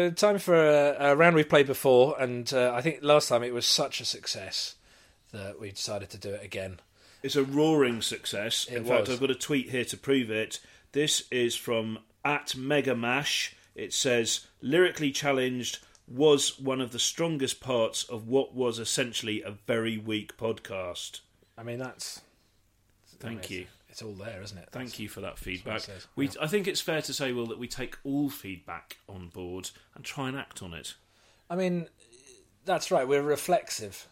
uh, time for a, a round we've played before, and uh, I think last time it was such a success that we decided to do it again. It's a roaring success. It In fact, was. I've got a tweet here to prove it. This is from at Mega Mash. It says, lyrically challenged was one of the strongest parts of what was essentially a very weak podcast. I mean, that's Thank it's- you. It's all there, isn't it? Thank you for that feedback. says, We, I think it's fair to say, Will, that we take all feedback on board and try and act on it. I mean, that's right. We're reflexive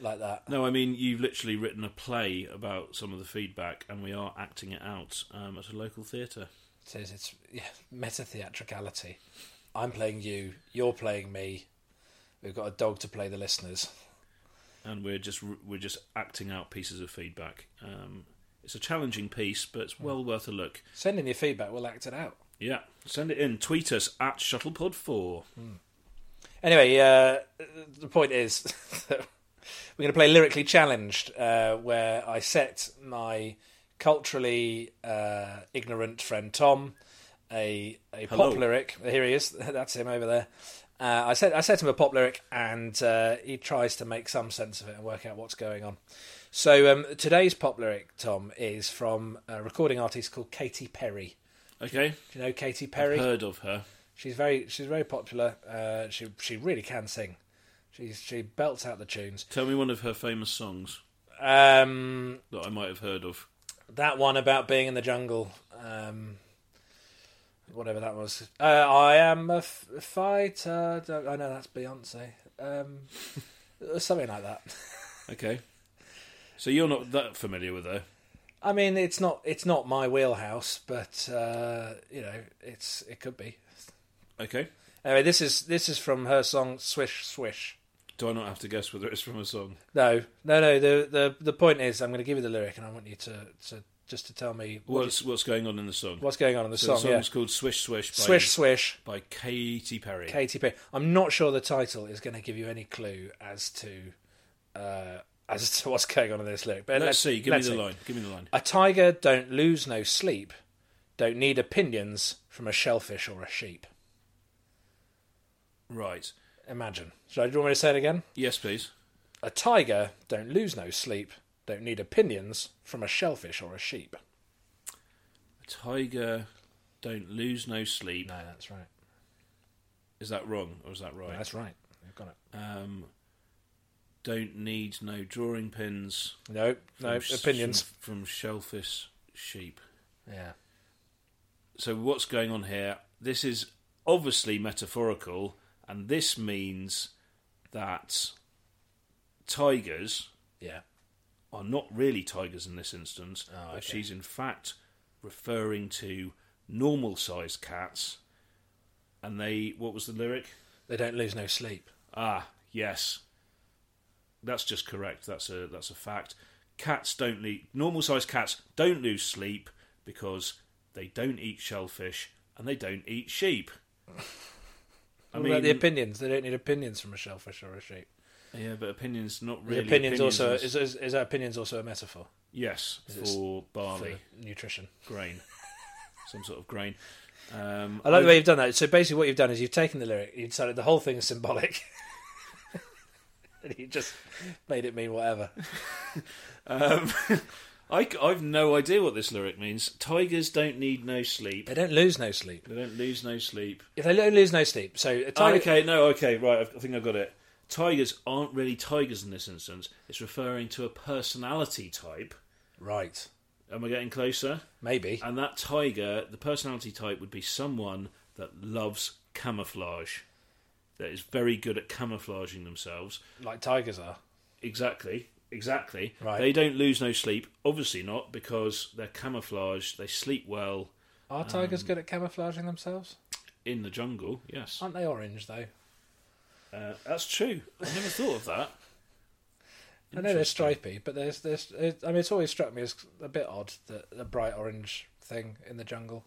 like that. No, I mean you've literally written a play about some of the feedback, and we are acting it out um, at a local theatre. It says it's yeah, meta theatricality. I'm playing you. You're playing me. We've got a dog to play the listeners. and we're just we're just acting out pieces of feedback. Um, it's a challenging piece, but it's well worth a look. Send in your feedback. We'll act it out. Yeah, send it in. Tweet us at shuttlepod4. Anyway, uh, the point is that we're going to play Lyrically Challenged, uh, where I set my culturally uh, ignorant friend Tom a, a Hello. pop lyric. Here he is. That's him over there. Uh, I set I set him a pop lyric, and uh, he tries to make some sense of it and work out what's going on. So um, today's pop lyric, Tom, is from a recording artist called Katy Perry. Okay, Do you know Katy Perry? heard of her? She's very she's very popular. Uh, she she really can sing. She's she belts out the tunes. Tell me one of her famous songs Um, that I might have heard of. that one about being in the jungle. Um, whatever that was. Uh, I am a f- fighter. Don't- I know that's Beyonce. Um, something like that. Okay, so you're not that familiar with her. I mean, it's not it's not my wheelhouse, but uh, you know, it's it could be. Okay, Anyway, this is this is from her song "Swish Swish." do I not have to guess whether it's from a song? No, no, no. The the the point is, I'm going to give you the lyric, and I want you to to just to tell me what you- What's what's going on in the song? what's going on in the so song. the Yeah, song's called Swish Swish by, swish swish, by Katy Perry. Katy Perry. I'm not sure the title is going to give you any clue as to uh, as to what's going on in this lyric. But Let's let's see. Give let's me the see. line. Give me the line. A tiger don't lose no sleep, don't need opinions from a shellfish or a sheep. Right. Imagine. So do you want me to say it again? Yes, please. A tiger don't lose no sleep, don't need opinions from a shellfish or a sheep. Tiger, don't lose no sleep. No, that's right. Is that wrong or is that right? That's right. You've got it. Um, don't need no drawing pins. No, from no sh- opinions. from, from shellfish sheep. Yeah. So what's going on here? This is obviously metaphorical, and this means that tigers Yeah. are not really tigers in this instance, Oh, but okay. she's in fact referring to normal-sized cats, and they. What was the lyric? They don't lose no sleep. Ah, yes. That's just correct. That's a that's a fact. Cats don't le normal sized cats don't lose sleep because they don't eat shellfish and they don't eat sheep. I What about the mean, opinions? They don't need opinions from a shellfish or a sheep. yeah, but opinions not Is really. opinions, also is- is, is, is that opinions also a metaphor yes it's- for barley for nutrition? grain, some sort of grain. Um, I like the way you've done that. So basically, what you've done is you've taken the lyric, you decided the whole thing is symbolic, and you just made it mean whatever. um, I have no idea what this lyric means. Tigers don't need no sleep. They don't lose no sleep. They don't lose no sleep. If they don't lose no sleep, so a tiger. okay, no, okay, right. I've- I think I've got it. Tigers aren't really tigers in this instance. It's referring to a personality type. Right, Am I getting closer? maybe. And that tiger, the personality type would be someone that loves camouflage, that is very good at camouflaging themselves. Like tigers are. Exactly. Exactly. Right. They don't lose no sleep. Obviously not, because they're camouflaged. They sleep well Are tigers good at camouflaging themselves? in the jungle. Yes, Aren't they orange though? uh, that's true. I never thought of that. I know they're stripy, but there's there's. It, I mean, it's always struck me as a bit odd that a bright orange thing in the jungle.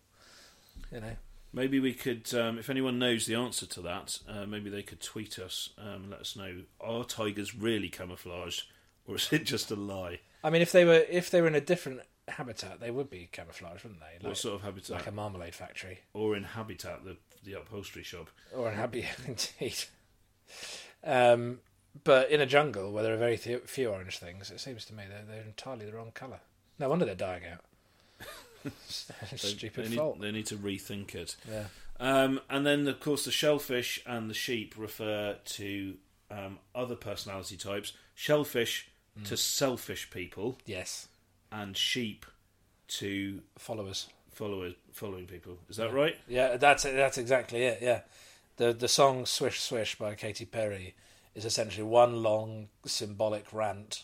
You know, Maybe we could, um, if anyone knows the answer to that, uh, maybe they could tweet us um, and let us know: Are tigers really camouflaged, or is it just a lie? I mean, if they were if they were in a different habitat, they would be camouflaged, wouldn't they? What Like, sort of habitat, like a marmalade factory or in habitat the the upholstery shop? or an abbey, indeed. Um, but in a jungle where there are very few, few orange things, it seems to me they're, they're entirely the wrong colour. No wonder they're dying out. It's their Stupid they need, fault. They need to rethink it. Yeah. Um, and then, of course, the shellfish and the sheep refer to um, other personality types. Shellfish Hmm. to selfish people, Yes. and sheep to Followers. followers, following people. Is that right? Yeah, that's it. That's exactly it. Yeah, the the song "Swish Swish" by Katy Perry is essentially one long symbolic rant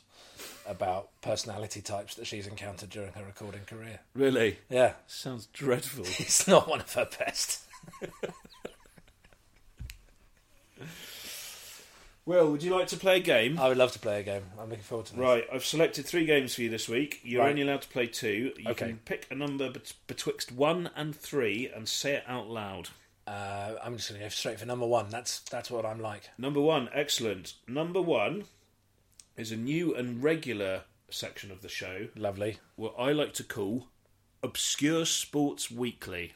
about personality types that she's encountered during her recording career. Really? Yeah, Sounds dreadful. it's not one of her best. well, would you like to play a game? I would love to play a game. I'm looking forward to this. Right, I've selected three games for you this week. You're Right. only allowed to play two. You Okay. can pick a number bet- betwixt one and three and say it out loud. Uh, I'm just going to go straight for number one. That's that's what I'm like. Number one, excellent. Number one is a new and regular section of the show, Lovely. what I like to call Obscure Sports Weekly.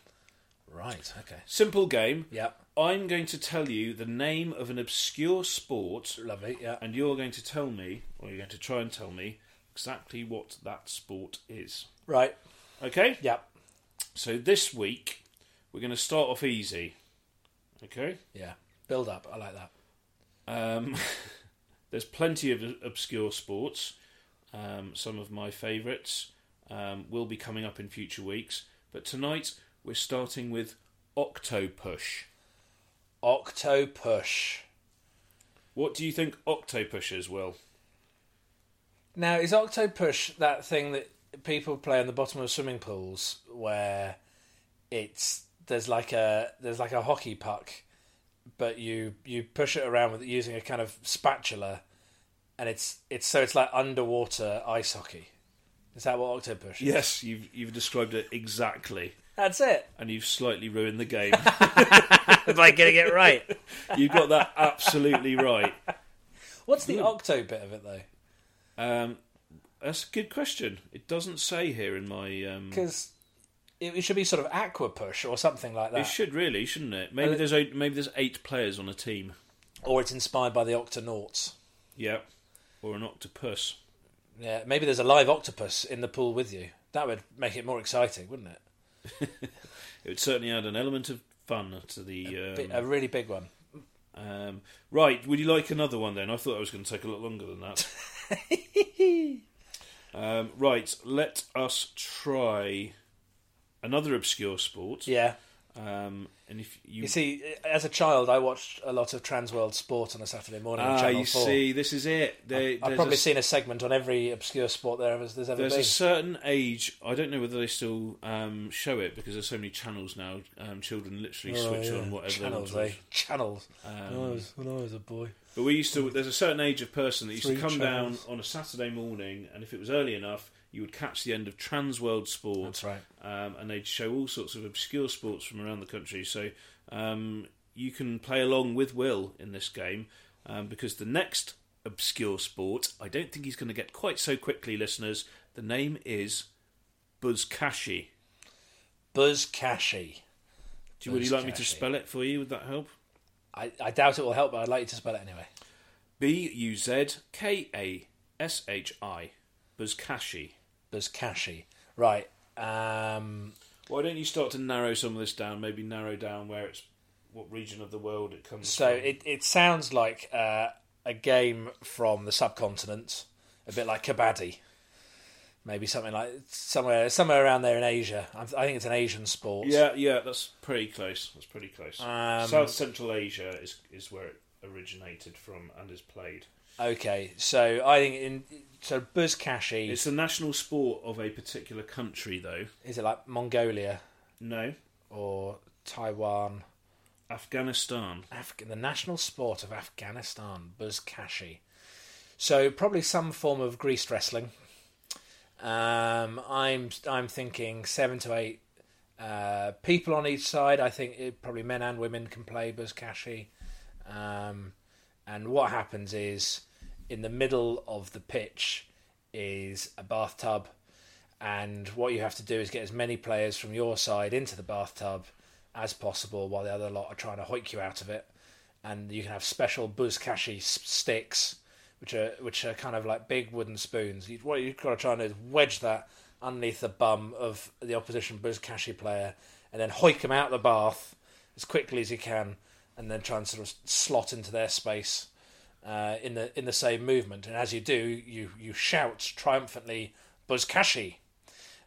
Right. Okay. Simple game. Yep. I'm going to tell you the name of an obscure sport, Lovely. Yeah. and you're going to tell me, or you're going to try and tell me, exactly what that sport is. Right. Okay? Yep. So this week, we're going to start off easy. Okay? Yeah. Build up. I like that. Um, there's plenty of obscure sports. Um, some of my favourites um, will be coming up in future weeks. But tonight we're starting with Octopush. Octopush. What do you think Octopush is, Will? Now, is Octopush that thing that people play on the bottom of swimming pools where it's there's like a there's like a hockey puck, but you you push it around with using a kind of spatula, and it's it's so it's like underwater ice hockey. Is that what Octopush? Is? Yes, you've, you've described it exactly. that's it. And you've slightly ruined the game. By getting it right. you got that absolutely right. What's the octo bit of it though? Um, that's a good question. It doesn't say here in my. Um, Because it, it should be sort of aqua push or something like that, it should really, shouldn't it? Maybe there's eight, maybe there's eight players on a team. or it's inspired by the Octonauts. Yeah. Or an octopus. Yeah, maybe there's a live octopus in the pool with you. That would make it more exciting, wouldn't it? It would certainly add an element of fun to Bi- the. a really big one. Um, um, right, would you like another one then? I thought I was going to take a lot longer than that. um, right, let us try another obscure sport. Yeah. Um, and if you. You see, as a child, I watched a lot of Transworld Sport on a Saturday morning on ah, Channel you 4. see, this is it. There, I've there's probably a, seen a segment on every obscure sport there ever, there's ever There's been. a certain age. I don't know whether they still um, show it because there's so many channels now. Um, children literally Oh, switch yeah. on whatever Channels, they want. to Um, eh? Oh. Channels. watch. when, I was, when I was a boy. But we used to. There's a certain age of person that used to Three come channels. down on a Saturday morning, and if it was early enough, you would catch the end of Transworld Sport, That's right. um, and they'd show all sorts of obscure sports from around the country. So um, you can play along with Will in this game um, because the next obscure sport, I don't think he's going to get quite so quickly, listeners. The name is Buzzkashi. Buzz Cashy. Do you, would you like me to Buzzkashi. spell it for you? Would that help? I, I doubt it will help, but I'd like you to spell it anyway. B U Z K A S H I. Buzzkashi. Buzz Cashy. Right. Um, Why don't you start to narrow some of this down? Maybe narrow down where it's what region of the world it comes So from. it, it sounds like uh, a game from the subcontinent, a bit like Kabaddi, maybe something like somewhere somewhere around there in Asia. I'm, I think it's an Asian sport. yeah, yeah, that's pretty close. That's pretty close. Um, South Central Asia is is where it originated from and is played. Okay. So I think in so Buzkashi is, It's the national sport of a particular country, though. it like Mongolia No, or Taiwan? Afghanistan. Af- the national sport of Afghanistan, Buzkashi. So probably some form of greased wrestling. Um, I'm I'm thinking seven to eight uh, people on each side. I think it, probably men and women can play Buzkashi. Um, and what happens is, in the middle of the pitch is a bathtub, and what you have to do is get as many players from your side into the bathtub as possible, while the other lot are trying to hoik you out of it. And you can have special Buzkashi s- sticks, which are which are kind of like big wooden spoons. You, what you've got to try and do is wedge that underneath the bum of the opposition Buzkashi player, and then hoik him out of the bath as quickly as you can, and then try and sort of slot into their space uh, in the in the same movement. And as you do, you you shout triumphantly "Buzkashi,"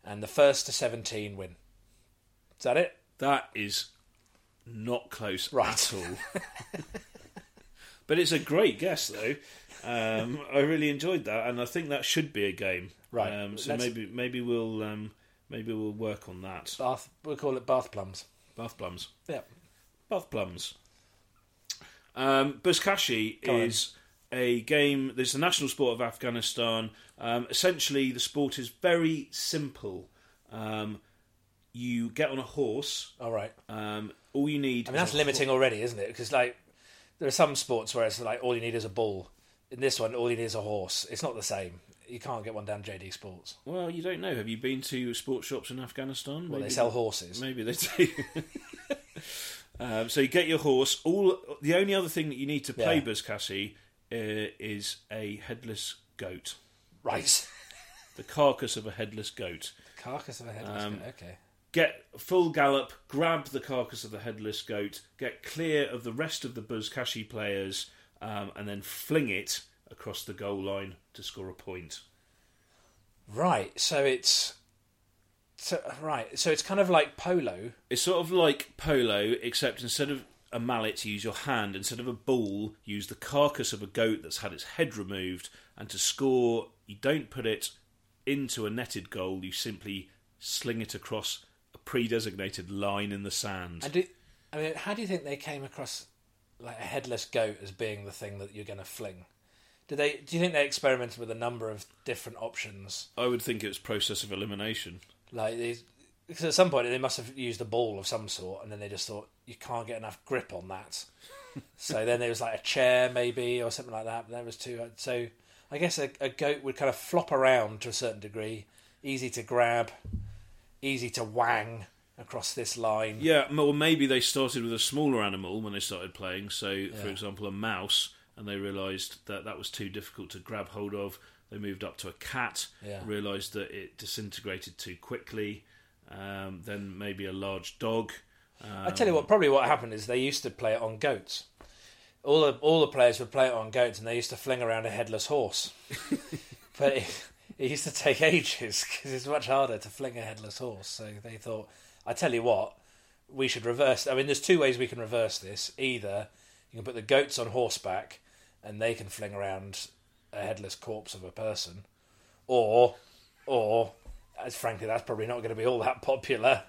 and the first to seventeen win. Is that it? That is not close Right. at all. but it's a great guess, though. Um, I really enjoyed that, and I think that should be a game. Right. Um, so Let's- maybe maybe we'll um, maybe we'll work on that. Bath. We call it bath plums. Bath plums. Yeah. Bath plums. Um, Buzkashi Go on. is a game that's the national sport of Afghanistan. Um, essentially, the sport is very simple. Um, you get on a horse. All right. Um, all you need. I mean, that's limiting already, isn't it? Because like there are some sports where it's like all you need is a ball. In this one, all you need is a horse. It's not the same. You can't get one down JD Sports. Well, you don't know. Have you been to sports shops in Afghanistan? Well, maybe, they sell horses. Maybe they do. um, so you get your horse. All the only other thing that you need to play Yeah. Buzkashi uh, is a headless goat, Right. the carcass of a headless goat. Carcass of a headless goat. Okay. Get full gallop, grab the carcass of the headless goat, get clear of the rest of the Buzkashi players, um, and then fling it across the goal line to score a point. Right. So it's so right. So it's kind of like polo. It's sort of like polo, except instead of a mallet, you use your hand. Instead of a ball, you use the carcass of a goat that's had its head removed. And to score, you don't put it into a netted goal, you simply sling it across a pre designated line in the sand. And do, I mean, how do you think they came across like a headless goat as being the thing that you're going to fling? Do they? Do you think they experimented with a number of different options? I would think it was process of elimination. Like these, because at some point they must have used a ball of some sort, and then they just thought you can't get enough grip on that. so then there was like a chair maybe or something like that. But there was two. So I guess a, a goat would kind of flop around to a certain degree, easy to grab, easy to wang across this line. Yeah, m- or maybe they started with a smaller animal when they started playing. So, for Yeah. example, a mouse, and they realised that that was too difficult to grab hold of. They moved up to a cat, Yeah. realised that it disintegrated too quickly. Um, then maybe a large dog. Um, I tell you what, probably what happened is they used to play it on goats. All the all the players would play it on goats, and they used to fling around a headless horse. but it, it used to take ages because it's much harder to fling a headless horse. So they thought, I tell you what, we should reverse. I mean, there's two ways we can reverse this. Either you can put the goats on horseback, and they can fling around a headless corpse of a person, or or as frankly, that's probably not going to be all that popular.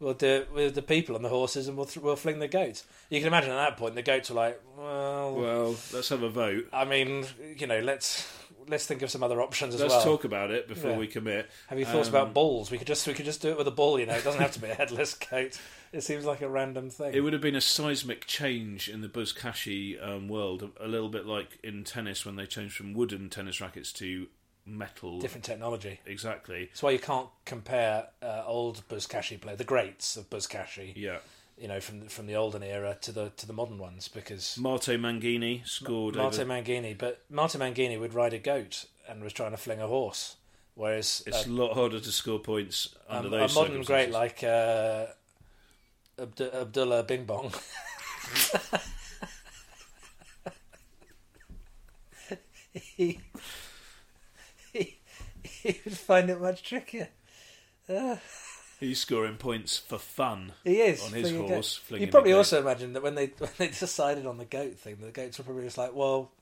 We'll do it with the people on the horses, and we'll th- we'll fling the goats. You can imagine at that point the goats were like, well, Um, Well, let's have a vote. I mean, you know, let's let's think of some other options as Let's well. talk about it before Yeah. we commit. Have you thought Um, about balls? We could just we could just do it with a ball. You know, it doesn't have to be a headless goat. It seems like a random thing. It would have been a seismic change in the Buzkashi um, world, a a little bit like in tennis when they changed from wooden tennis rackets to metal. Different technology. Exactly. That's why you can't compare uh, old Buzkashi play the greats of Buzkashi, Yeah. you know, from from the olden era to the to the modern ones because Marte Mangini scored Marto over. Mangini, but Marto Mangini would ride a goat and was trying to fling a horse, whereas uh, It's a lot harder to score points under um, a those modern great circumstances. like uh, Abd- Abdullah Bing Bong. he, he, he would find it much trickier. Ah. He's scoring points for fun. He is On his flinging a goat. horse, flinging You probably a goat. also imagine that when they when they decided on the goat thing, the goats were probably just like, well,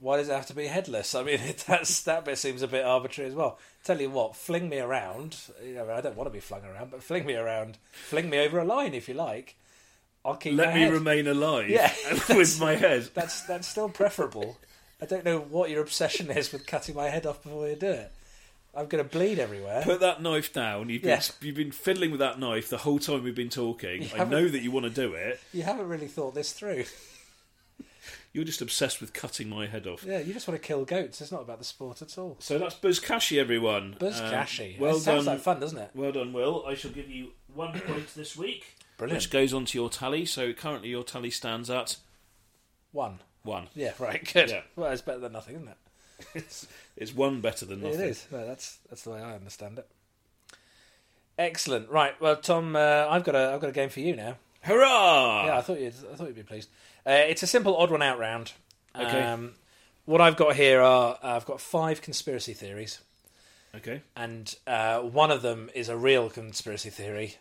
why does it have to be headless? I mean, that's that bit seems a bit arbitrary as well. Tell you what, fling me around. You know, I don't want to be flung around, but fling me around, fling me over a line if you like. I'll keep. Let my me head. remain alive Yeah, with my head. That's that's still preferable. I don't know what your obsession is with cutting my head off before you do it. I'm going to bleed everywhere. Put that knife down. You've been, Yeah. you've been fiddling with that knife the whole time we've been talking. I haven't- know that you want to do it. You haven't really thought this through. You're just obsessed with cutting my head off. Yeah, you just want to kill goats. It's not about the sport at all. So that's Buzz Cashy, everyone. Buzz Um, Cashy. Well it sounds done. like fun, doesn't it? well done, Will. I shall give you one point this week, Brilliant. which goes on to your tally. So currently your tally stands at One. one. Yeah, right, good. Yeah. Well, it's better than nothing, isn't it? It's, it's one better than nothing. It is. No, that's that's the way I understand it. Excellent. Right. Well, Tom, uh, I've got a I've got a game for you now. Hurrah! Yeah, I thought you'd I thought you'd be pleased. Uh, it's a simple odd one out round. Okay. Um, what I've got here are I've got five conspiracy theories, Okay. and uh, one of them is a real conspiracy theory,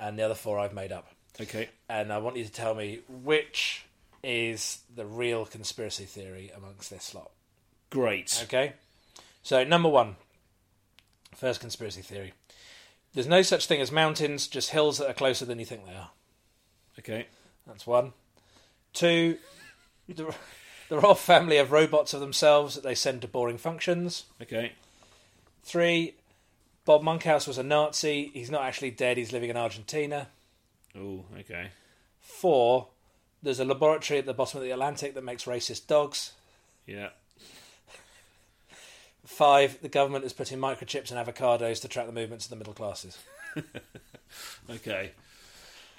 and the other four I've made up. Okay. And I want you to tell me which is the real conspiracy theory amongst this lot. Great. Okay. So, number one, first conspiracy theory. There's no such thing as mountains, just hills that are closer than you think they are. Okay. That's one. Two, the, the royal family have robots of themselves that they send to boring functions. Okay. Three, Bob Monkhouse was a Nazi. He's not actually dead, he's living in Argentina. Oh, okay. Four, there's a laboratory at the bottom of the Atlantic that makes racist dogs. Yeah. Five, the government is putting microchips in avocados to track the movements of the middle classes. Okay.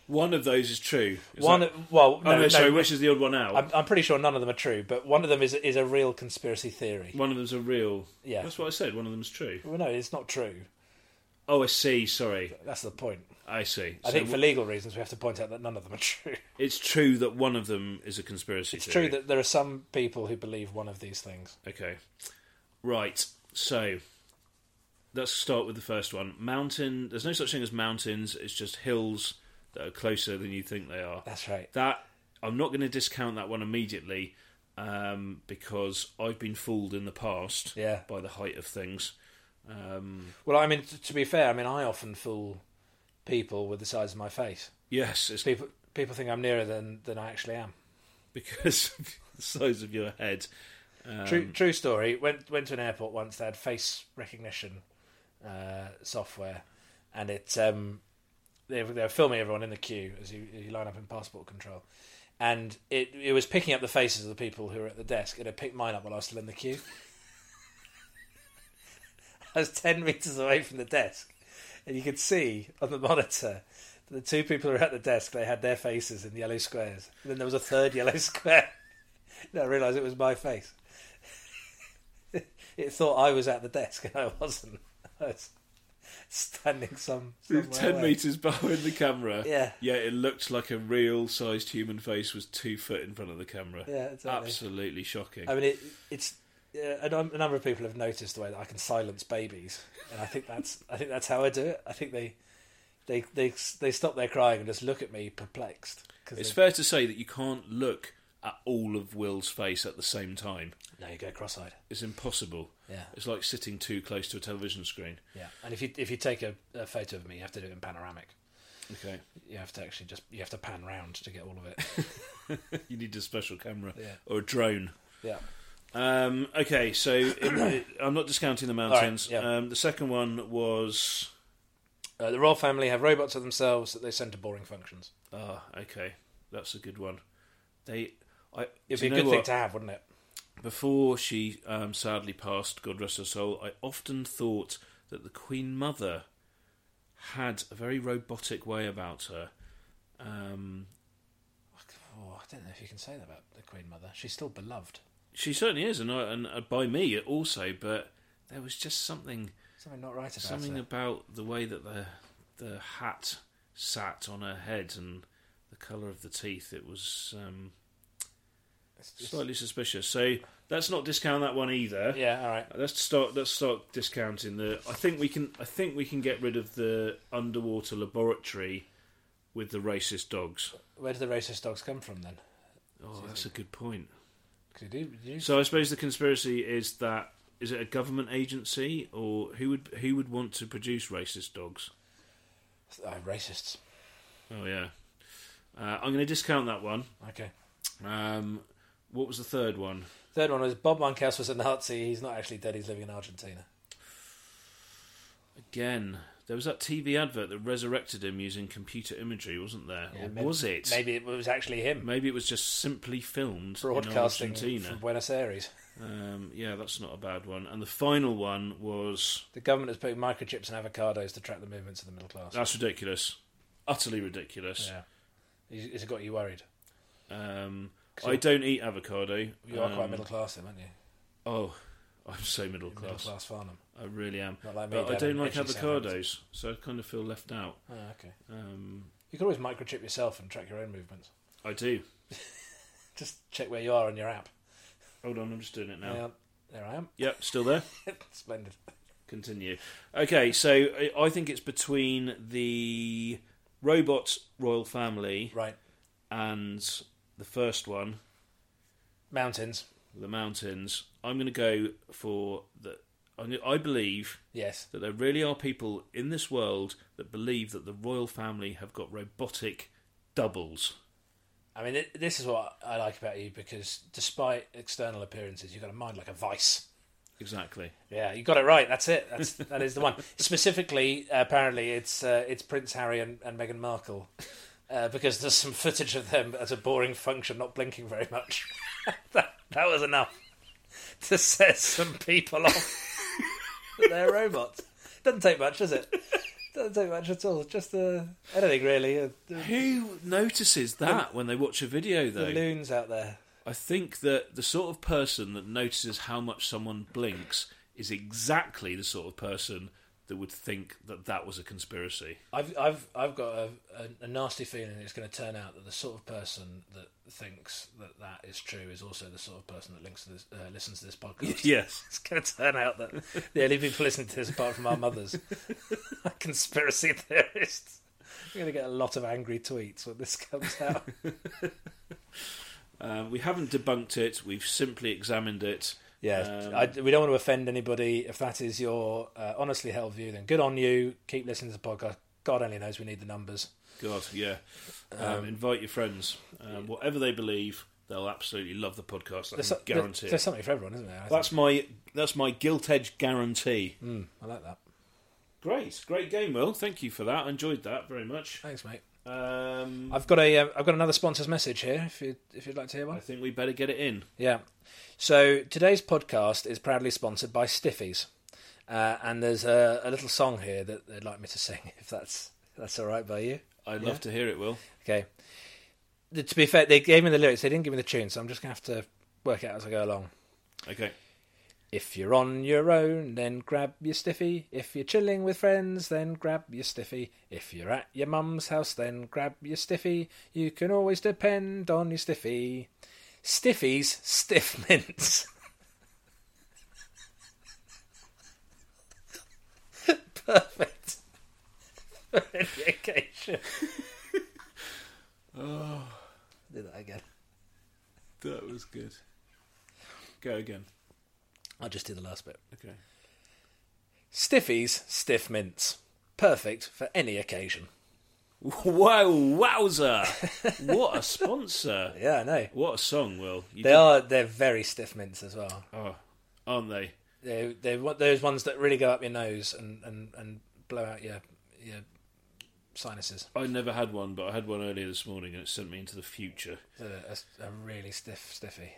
One of those is true. Is One, That... well, Oh, no, no, no, sorry. Which is the odd one out? I'm, I'm pretty sure none of them are true, but one of them is is a real conspiracy theory. One of them's a real. Yeah. That's what I said. One of them's true. Well, no, it's not true. Oh, I see. Sorry. That's the point. I see. I So think for legal reasons, we have to point out that none of them are true. it's true that one of them is a conspiracy It's theory. true that there are some people who believe one of these things. Okay. Right. So let's start with the first one. Mountain. There's no such thing as mountains. It's just hills that are closer than you think they are. That's right. That I'm not going to discount that one immediately um, because I've been fooled in the past Yeah. by the height of things. Um, Well, I mean, t- to be fair, I mean, I often fool people with the size of my face. yes, it's People people think I'm nearer than than I actually am. because of the size of your head. Um, True, true story. Went went to an airport once. They had face recognition uh, software, and it um, they were, they were filming everyone in the queue as you, you line up in passport control, and it it was picking up the faces of the people who were at the desk. It had picked mine up while I was still in the queue. I was ten meters away from the desk, and you could see on the monitor. that The two people who were at the desk, they had their faces in yellow squares. And then there was a third yellow square. No, I realised it was my face. it thought I was at the desk and I wasn't. I was standing some You're somewhere ten away. meters behind the camera. Yeah. yeah. It looked like a real-sized human face was two foot in front of the camera. Yeah, exactly. absolutely shocking. I mean, it, it's uh, a num- a number of people have noticed the way that I can silence babies, and I think that's I think that's how I do it. I think they they they they stop their crying and just look at me perplexed. Cause It's they- fair to say that you can't look at all of Will's face at the same time. no, you go cross-eyed. It's impossible. Yeah, It's like sitting too close to a television screen. yeah. And if you if you take a, a photo of me, you have to do it in panoramic. Okay, You have to actually just you have to pan round to get all of it. you need a special camera Yeah. or a drone. Yeah. Um, okay, so it, I'm not discounting the mountains. All right, yeah. um, the second one was Uh, the royal family have robots of themselves that they send to boring functions. ah okay, that's a good one. They, I It'd do you be a good know thing what? to have, wouldn't it? Before she um, sadly passed, God rest her soul, I often thought that the Queen Mother had a very robotic way about her. Um, Oh, I don't know if you can say that about the Queen Mother. She's still beloved. she certainly is, and, I, and uh, by me also, but there was just something Something not right about something her. about the way that the the hat sat on her head and the colour of the teeth. It was um, It's just- slightly suspicious. So let's not discount that one either. Yeah, all right. Let's start. Let's start discounting the. I think we can. I think we can get rid of the underwater laboratory with the racist dogs. Where do the racist dogs come from then? Oh, that's a good point. 'Cause you do, you So I suppose the conspiracy is that is it a government agency or who would who would want to produce racist dogs? oh, racists. Oh yeah, uh, I'm going to discount that one. Okay. Um, What was the third one? Third one was Bob Monkhouse was a Nazi. He's not actually dead. He's living in Argentina. Again, there was that TV advert that resurrected him using computer imagery, wasn't there? Yeah, or maybe- was it? Maybe. Maybe it was actually him it was just simply filmed broadcasting in Argentina. from Buenos Aires. Um, yeah, that's not a bad one. And the final one was The government is putting microchips in avocados to track the movements of the middle class. that's ridiculous, utterly ridiculous. Yeah, Is- has it got you worried? Um, 'Cause I you're- don't eat avocado. You are quite Um, middle class, then, aren't you? Oh, I'm so middle You're Middle class. class Farnham. I really am. Not like me. But I Dad, don't I'm like actually Southampton. avocados, so I kind of feel left out. Oh, okay. Um, You could always microchip yourself and track your own movements. I do. Just check where you are on your app. Hold on, I'm just doing it now. Yeah, there I am. Yep, still there. Splendid. Continue. Okay, so I- I think it's between the robot royal family Right. and the first one, Mountains. the mountains. I'm going to go for the. I'm gonna- I believe Yes. that there really are people in this world that believe that the royal family have got robotic doubles. I mean, th- this is what I like about you because despite external appearances, you've got a mind like a vice. Exactly. Yeah, you got it right. That's it. That's that is the one. Specifically, apparently, it's uh, it's Prince Harry and, and Meghan Markle uh, because there's some footage of them at a boring function, not blinking very much. that, that was enough to set some people off. that They're robots. Doesn't take much, does it? Doesn't take much at all. Just uh, anything really. Uh, the, Who notices that when they watch a video, the though? loons out there. I think that the sort of person that notices how much someone blinks is exactly the sort of person that would think that that was a conspiracy. I've I've I've got a, a, a nasty feeling it's going to turn out that the sort of person that thinks that that is true is also the sort of person that links to this, uh, listens to this podcast. Yes. It's going to turn out that the only people listening to this, apart from our mothers, are conspiracy theorists. We're going to get a lot of angry tweets when this comes out. Um, we haven't debunked it, we've simply examined it. Yeah, Um, I, we don't want to offend anybody. If that is your uh, honestly held view, then good on you. Keep listening to the podcast. God only knows we need the numbers. God, yeah. Um, invite your friends. Um, whatever they believe, they'll absolutely love the podcast. I There's, can so- guarantee. it. there's something for everyone, isn't there? I That's my that's my gilt edge guarantee. think. Mm, I like that. Great, great game, Will. Thank you for that. I enjoyed that very much. Thanks, mate. Um, I've got a, uh, I've got another sponsor's message here. If you if you'd like to hear I one, think we better get it in. yeah. So today's podcast is proudly sponsored by Stiffies, uh, and there's a, a little song here that they'd like me to sing. If that's if that's all right by you, I'd Yeah. love to hear it, Will. okay. The- To be fair, they gave me the lyrics. They didn't give me the tune, so I'm just gonna have to work it out as I go along. Okay. If you're on your own, then grab your stiffy. If you're chilling with friends, then grab your stiffy. If you're at your mum's house, then grab your stiffy. You can always depend on your stiffy. Stiffies, stiff mints. Perfect. For any occasion. Oh, Do that again. that was good. Go again. I'll just do the last bit. Okay. Stiffies, stiff mints. Perfect for any occasion. Wow, wowzer! what a sponsor! Yeah, I know. What a song, Will. You They did- are they're very stiff mints as well. Oh, aren't they? They they want those ones that really go up your nose and, and, and blow out your your sinuses. I never had one, but I had one earlier this morning, and it sent me into the future. They're A, a really stiff stiffy.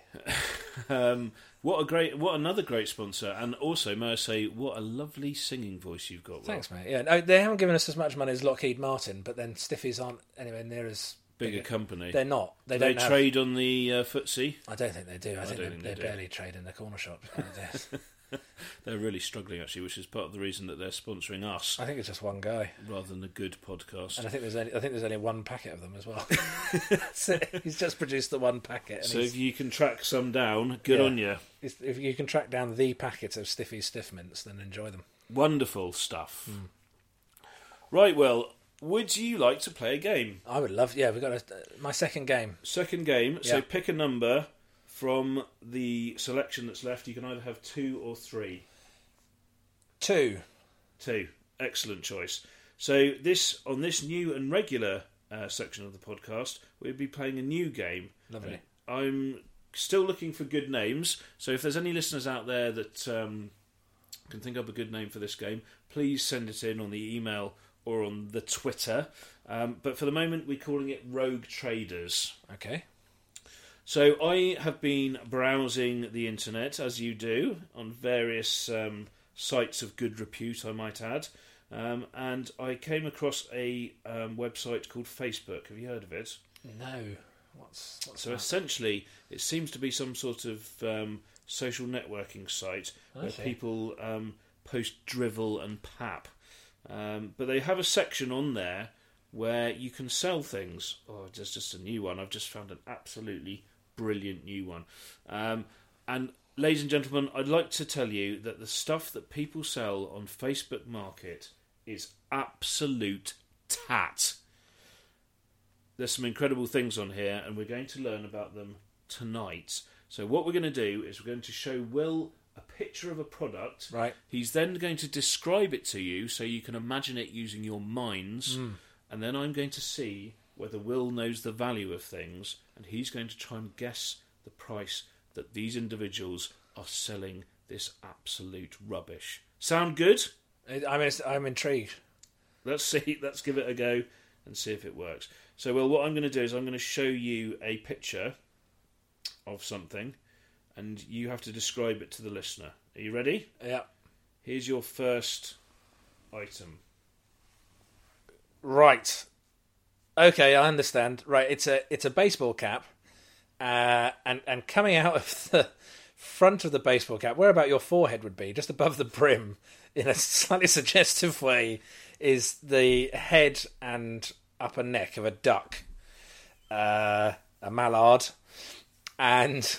Um, what a great, what another great sponsor, and also may I say, what a lovely singing voice you've got. Will. Thanks, mate. Yeah, no, they haven't given us as much money as Lockheed Martin, but then stiffies aren't anywhere near as Bigger company. They're not. They Do they don't have- trade on the uh, FTSE. I don't think they do. I, don't think, they, think they, they do. barely trade in the corner shop. They're really struggling actually, which is part of the reason that they're sponsoring us I think it's just one guy, rather than a good podcast. and I think there's only, I think there's only one packet of them as well. That's it. he's just produced the one packet. And So he's- if you can track some down, good Yeah. on you. If, if you can track down the packet of Stiffy Stiff Mints, then enjoy them. Wonderful stuff. Right, well, would you like to play a game? I would love. Yeah, we got a, uh, my second game. Second game. So Yeah. pick a number from the selection that's left. You can either have two or three. Two. Two. Excellent choice. So this on this new and regular uh, section of the podcast, we'll be playing a new game. Lovely. I'm still looking for good names. So if there's any listeners out there that um, can think up a good name for this game, please send it in on the email or on the Twitter. Um, but for the moment, we're calling it Rogue Traders. Okay. So I have been browsing the internet as you do on various um, sites of good repute, I might add, um, and I came across a um, website called Facebook. Have you heard of it? No. What's what's So that? essentially, it seems to be some sort of um, social networking site where Okay. people um, post drivel and pap. Um, but they have a section on there where you can sell things. Oh, there's just a new one. I've just found an absolutely brilliant new one. Um, and ladies and gentlemen, I'd like to tell you that the stuff that people sell on Facebook Market is absolute tat there's some incredible things on here, and we're going to learn about them tonight. So, what we're going to do is we're going to show Will a picture of a product. Right. He's then going to describe it to you so you can imagine it using your minds. And then I'm going to see whether Will knows the value of things, and he's going to try and guess the price that these individuals are selling this absolute rubbish. Sound good? I- I'm ins- I'm intrigued. Let's see. Let's give it a go and see if it works. So, well, what I'm going to do is I'm going to show you a picture of something, and you have to describe it to the listener. Are you ready? Yeah. Here's your first item. Right. Okay, I understand. Right, it's a it's a baseball cap, uh, and and coming out of the front of the baseball cap, where about your forehead would be, just above the brim, in a slightly suggestive way, is the head and upper neck of a duck, uh, a mallard, and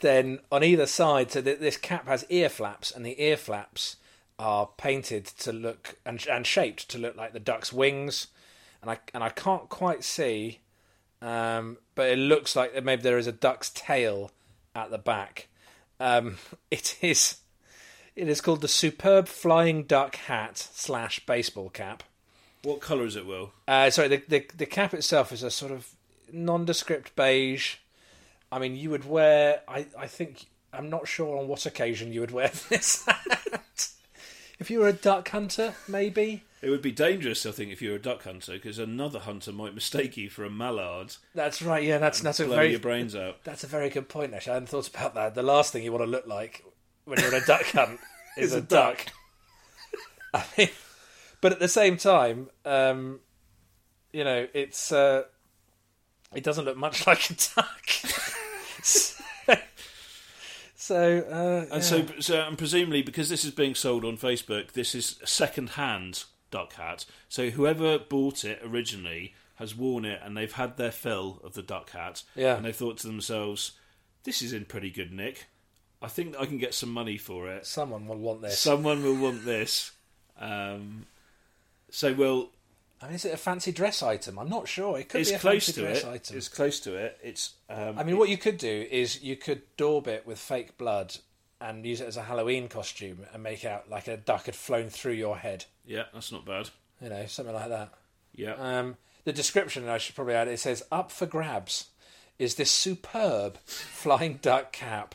then on either side, so that this cap has ear flaps, and the ear flaps are painted to look and and shaped to look like the duck's wings, and I and I can't quite see, um, but it looks like maybe there is a duck's tail at the back. Um, it is, it is called the superb flying duck hat slash baseball cap. What colour is it, Will? Uh, sorry, the, the the cap itself is a sort of nondescript beige. I mean, you would wear. I I think I'm not sure on what occasion you would wear this hat. if you were a duck hunter, maybe. It would be dangerous, I think, if you're a duck hunter, because another hunter might mistake you for a mallard, That's right. Yeah, that's that's a blow very your brains out. that's a very good point. Actually, I hadn't thought about that. The last thing you want to look like when you're on a duck hunt is a duck. I mean, but at the same time, um, you know, it's uh, it doesn't look much like a duck. so, so uh, And so, so, and presumably, because this is being sold on Facebook, this is a second-hand duck hat. So whoever bought it originally has worn it, and they've had their fill of the duck hat. Yeah. And they've thought to themselves, "This is in pretty good nick. I think I can get some money for it. someone will want this. Someone will want this." Um, so, well, I mean, is it a fancy dress item? I'm not sure. It could it's be a close fancy to dress it. item. It's close to it. It's. Um, I mean, what you could do is you could daub it with fake blood and use it as a Halloween costume and make out like a duck had flown through your head. yeah, that's not bad. You know, something like that. Yeah. Um, the description I should probably add it says up for grabs is this superb flying duck cap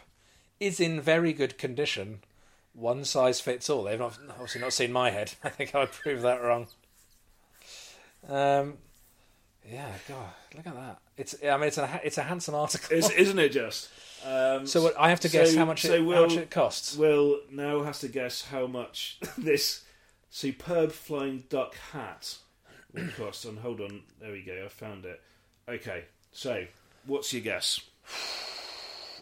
is in very good condition. One size fits all. They've not, obviously not seen my head. I think I would prove that wrong. Um, yeah, God, look at that. It's I mean it's a ha- it's a handsome article. Is, isn't it just? Um, So what, I have to guess So- how much it, so how we'll- much it costs. Will now has to guess how much this superb flying duck hat will cost. And hold on, there we go, I found it. Okay, so what's your guess?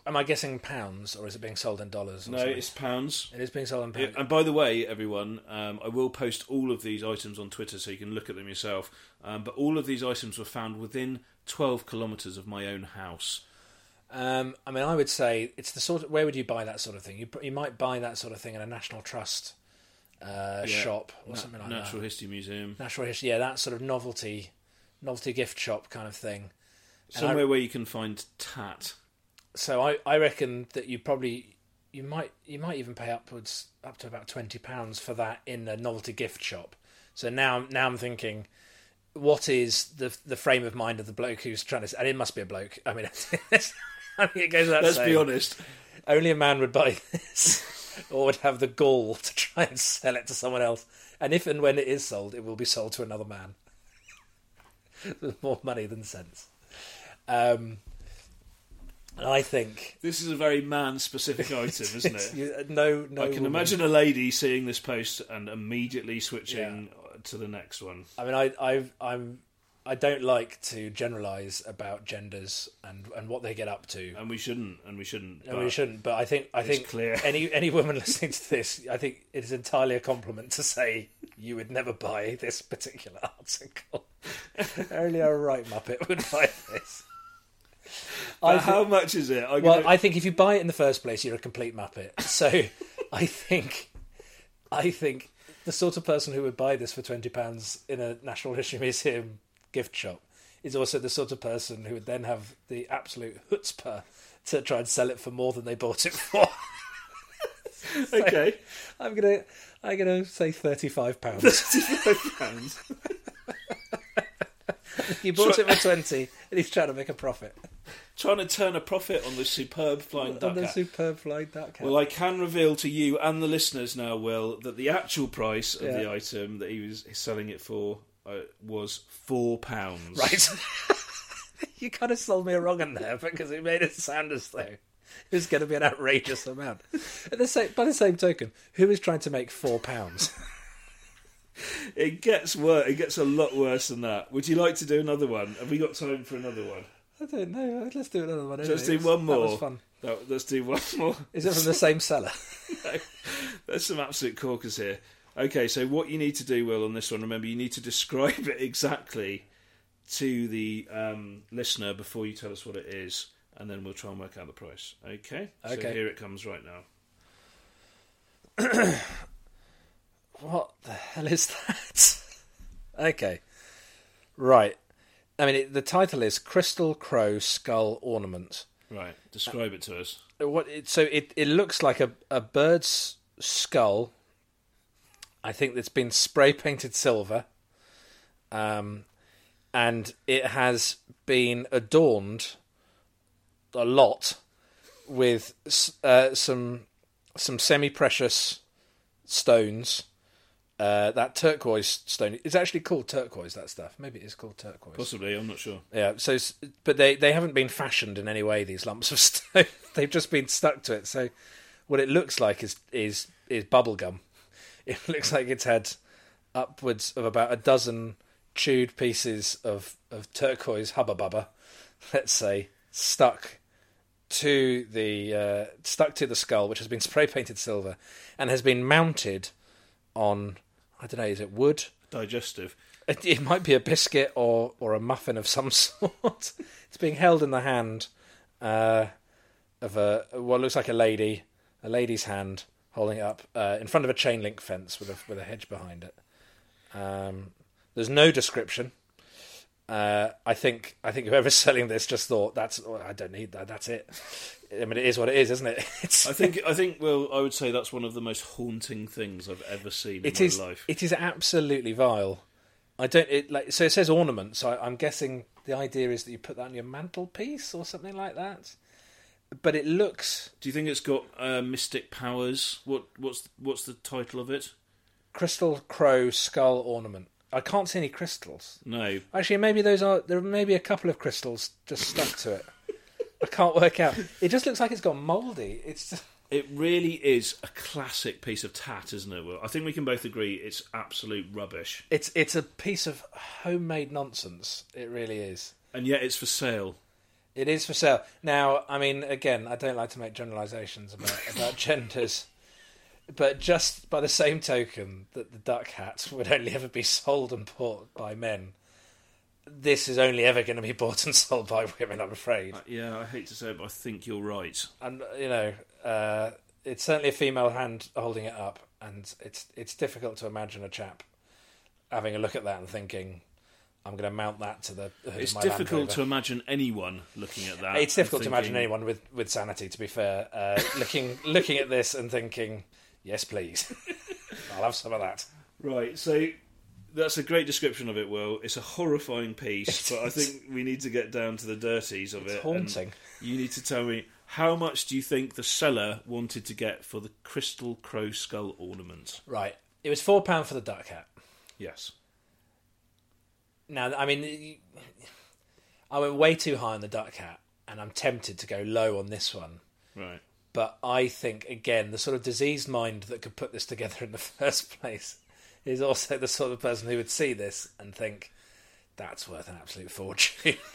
Am I guessing pounds or is it being sold in dollars? Or No, something? it's pounds. it is being sold in pounds. And by the way, everyone, um, I will post all of these items on Twitter so you can look at them yourself. Um, but all of these items were found within 12 kilometres of my own house. Um, I mean, I would say it's the sort of where would you buy that sort of thing? You you might buy that sort of thing in a National Trust uh, shop or Na- something like Natural that. History Museum. Natural history, yeah, that sort of novelty, novelty gift shop kind of thing. And I- Somewhere where you can find tat. So I, I reckon that you probably you might you might even pay upwards up to about twenty pounds for that in a novelty gift shop. So now now I'm thinking, what is the the frame of mind of the bloke who's trying to? And it must be a bloke. I mean, I think it goes without Let's saying. be honest. Only a man would buy this, or would have the gall to try and sell it to someone else. And if and when it is sold, it will be sold to another man. With more money than sense. Um, I think This is a very man specific item, isn't it? You- no, no. I can woman. imagine a lady seeing this post and immediately switching to the next one. I mean, I, I've, I'm, I don't like to generalize about genders and and what they get up to. And we shouldn't, and we shouldn't. No, we shouldn't. But I think I think Uh, clear. any any woman listening to this, I think it is entirely a compliment to say you would never buy this particular article. Only a right muppet would buy this. But I thi- how much is it? I'm well, gonna- I think if you buy it in the first place, you're a complete muppet. So I think I think the sort of person who would buy this for twenty pounds in a National History Museum gift shop is also the sort of person who would then have the absolute chutzpah to try and sell it for more than they bought it for. okay. I'm gonna I'm gonna say thirty five pounds. pounds. he bought it for twenty and he's trying to make a profit Trying to turn a profit on this superb flying duck. on the hat. superb flight duck. well, I can reveal to you and the listeners now, Will, that the actual price of Yeah. the item that he was selling it for uh, was four pounds. Right. you kind of sold me a wrong one there because it made it sound as though it was going to be an outrageous amount. At the same, by the same token, who is trying to make four pounds? It gets worse. It gets a lot worse than that. Would you like to do another one? Have we got time for another one? I don't know. Let's do another one. Let's do anyway. one more. That was fun. No, let's do one more. Is it from the same seller? There's some absolute corkers here. Okay, so what you need to do, Will, on this one, remember, you need to describe it exactly to the um, listener before you tell us what it is, and then we'll try and work out the price. Okay? So Okay. here it comes right now. What the hell is that? okay. Right. I mean, it, the title is Crystal Crow Skull Ornament. Right, describe it to us. what it, so it, it looks like a, a bird's skull i think that's been spray painted silver um, and it has been adorned a lot with s- uh, some some semi-precious stones uh, that turquoise stone it's actually called turquoise that stuff maybe it is called turquoise Possibly, I'm not sure. yeah. So, s- but they they haven't been fashioned in any way. These lumps of stone, they've just been stuck to it. So, what it looks like is is is bubble gum. It looks like it's had upwards of about a dozen chewed pieces of of turquoise hubba bubba, let's say, stuck to the uh, stuck to the skull, which has been spray painted silver, and has been mounted on I don't know, is it wood? Digestive. It, it might be a biscuit or, or a muffin of some sort. it's being held in the hand uh, of a what looks like a lady, a lady's hand holding it up uh, in front of a chain link fence with a with a hedge behind it. Um, there's no description. Uh, I think I think whoever's selling this just thought that's oh, I don't need that. That's it. I mean, it is what it is, isn't it? It's I think, I think, Will, I would say that's one of the most haunting things I've ever seen in It my is. life. It is absolutely vile. I don't. It like so. It says ornaments. I, I'm guessing the idea is that you put that on your mantelpiece or something like that. But it looks Do you think it's got uh, mystic powers? What, what's, whatks the title of it? crystal crow skull ornament. I can't see any crystals. No, Actually, maybe those are there. May be a couple of crystals just stuck to it. I can't work out. It just looks like it's gone mouldy. It's just, It really is a classic piece of tat, isn't it, Will? I think we can both agree it's absolute rubbish. it's it's a piece of homemade nonsense. It really is. And yet it's for sale. It is for sale. Now, I mean, again, I don't like to make generalizations about, about genders, but just by the same token that the duck hat would only ever be sold and bought by men, this is only ever going to be bought and sold by women, I'm afraid. Uh, Yeah, I hate to say it, but I think you're right. And, you know, uh, it's certainly a female hand holding it up, and it's, it's difficult to imagine a chap having a look at that and thinking, I'm going to mount that to the hood It's of my Land difficult Rover." to imagine anyone looking at that. It's and difficult to imagine thinking, anyone with, with sanity, to be fair, uh, looking looking at this and thinking, "Yes, please, I'll have some of that." Right, so That's a great description of it, Will. It's a horrifying piece, It but I is. think we need to get down to the dirties of it. and haunting. You need to tell me how much do you think the seller wanted to get for the crystal crow skull ornament? Right. It was four pound for the duck hat. Yes. Now, I mean, you- I went way too high on the duck hat, and I'm tempted to go low on this one. Right. But I think again, the sort of diseased mind that could put this together in the first place is also the sort of person who would see this and think that's worth an absolute fortune.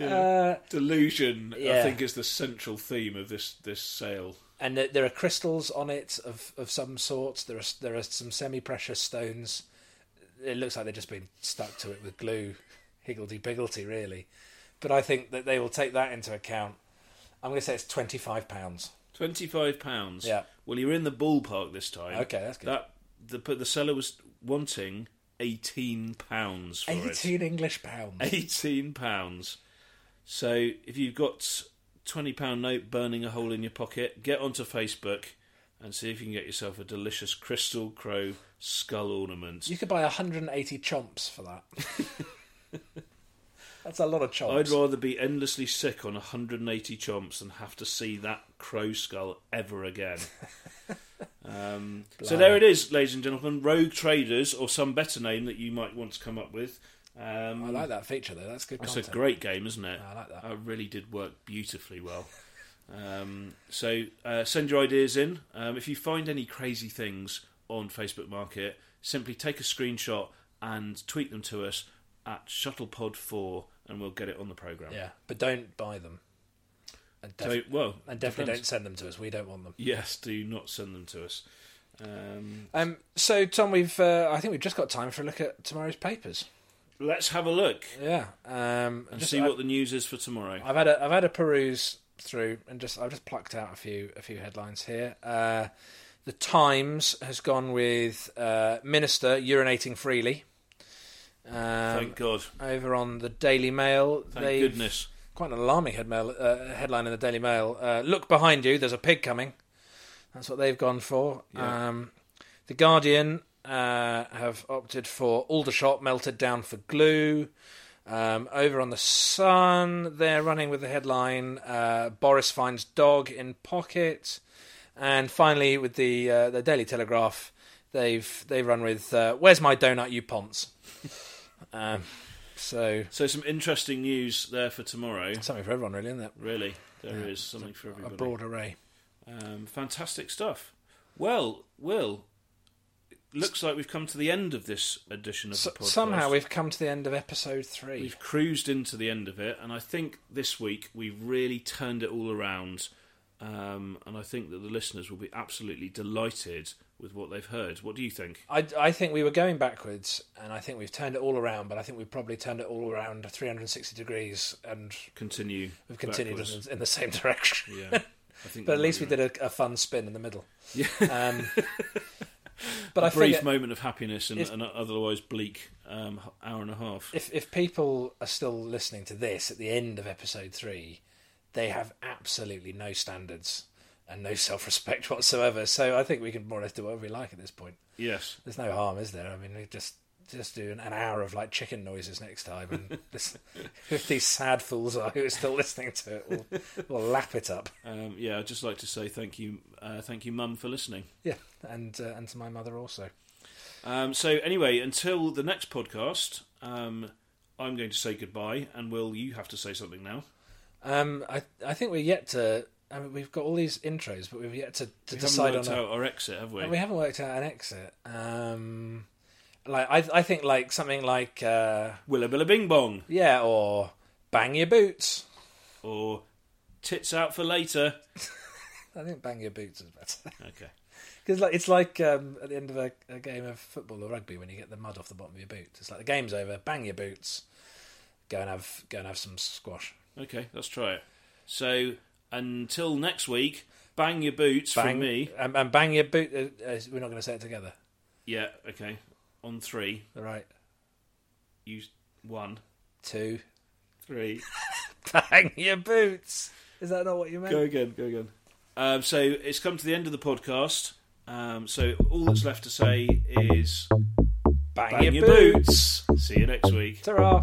Uh, Delusion, I Yeah. think, is the central theme of this this sale. and there- there are crystals on it of, of some sort. There are there are some semi-precious stones. It looks like they've just been stuck to it with glue, higgledy piggledy, really. But I think that they will take that into account. I'm going to say it's twenty five pounds. Twenty five pounds. Yeah. Well, you're in the ballpark this time. Okay, that's good. That the but the seller was wanting eighteen pounds for it. Eighteen English pounds. Eighteen pounds. So if you've got twenty pound note burning a hole in your pocket, get onto Facebook and see if you can get yourself a delicious crystal crow skull ornament. You could buy 180 chomps for that. That's a lot of I'd chomps. rather be endlessly sick on 180 chomps than have to see that crow skull ever again. um, so there it is, ladies and gentlemen. Rogue traders, or some better name that you might want to come up with. Um, I like that feature though. That's good It's content. a great game, isn't it? I like that. That really did work beautifully well. Um, so uh, send your ideas in. Um, if you find any crazy things on Facebook Market, simply take a screenshot and tweet them to us at shuttlepod4 and we'll get it on the programme. Yeah, but don't buy them. And, def- So, well, and definitely depends. don't send them to us. We don't want them. Yes, do not send them to us. Um, Um, so Tom, we've uh, I think we've just got time for a look at tomorrow's papers. let's have a look Yeah. Um, and just- see I- what the news is for tomorrow. I've had a I've had a peruse through and just I've just plucked out a few a few headlines here. Uh, the Times has gone with uh, minister urinating freely. Um, Thank God. over on the Daily Mail. Thank they've- goodness. Quite an alarming headmail, uh, headline in the Daily Mail. Uh, Look behind you, there's a pig coming. That's what they've gone for. Yeah. Um, the Guardian uh, have opted for Aldershot melted down for glue. Um, over on the Sun, they're running with the headline uh, Boris finds dog in pocket. And finally, with the uh, the Daily Telegraph, they've they run with uh, "Where's my donut, you ponce?" um, so So some interesting news there for tomorrow. something for everyone, really, isn't it? Really, there is something for A everybody. broad array. Um, fantastic stuff. Well, Will, it looks like we've come to the end of this edition of So, the podcast. somehow we've come to the end of episode 3 We've cruised into the end of it, and I think this week we've really turned it all around. Um, and I think that the listeners will be absolutely delighted with what they've heard. What do you think? I, I think we were going backwards, and I think we've turned it all around. But I think we've probably turned it all around 360 degrees, and Continue. we've continued in, backwards. the- in the same direction. Yeah. I think But at least we did a, a fun spin in the middle. Yeah. Um, but I brief think moment of happiness and If- an otherwise bleak um, h- hour and a half. if if people are still listening to this at the end of episode three, they have absolutely no standards and no self-respect whatsoever. So I think we can more or less do whatever we like at this point. Yes. There's no harm, is there? I mean, we just just do an, an hour of like chicken noises next time, and this, if these sad fools are who are still listening to it, we'll, we'll lap it up. Um, yeah, I'd just like to say thank you, uh, thank you, Mum, for listening. Yeah, and uh, and to my mother also. Um, so anyway, until the next podcast, um, I'm going to say goodbye, and Will, you have to say something now. Um, I I think we're yet to. I mean, we've got all these intros, but we've yet to, to We decide haven't on worked a- out our exit, have we? And we haven't worked out an exit. Um, like I, I think like something like uh, Willa Billa Bing Bong, yeah, or bang your boots. or tits out for later. I think bang your boots is better Okay. because like it's like um, at the end of a, a game of football or rugby when you get the mud off the bottom of your boots. It's like the game's over. Bang your boots. Go and have go and have some squash. Okay, let's try it. So until next week, bang your boots Bang from me. and, and bang your boot. Uh, uh, we're not going to say it together. Yeah. Okay. On three, All right, you one, two. three. Bang your boots. Is that not what you meant? go again. Go again. Um, so it's come to the end of the podcast. Um, so all that's left to say is Bang, bang your, your boots. See you next week. Ta-ra.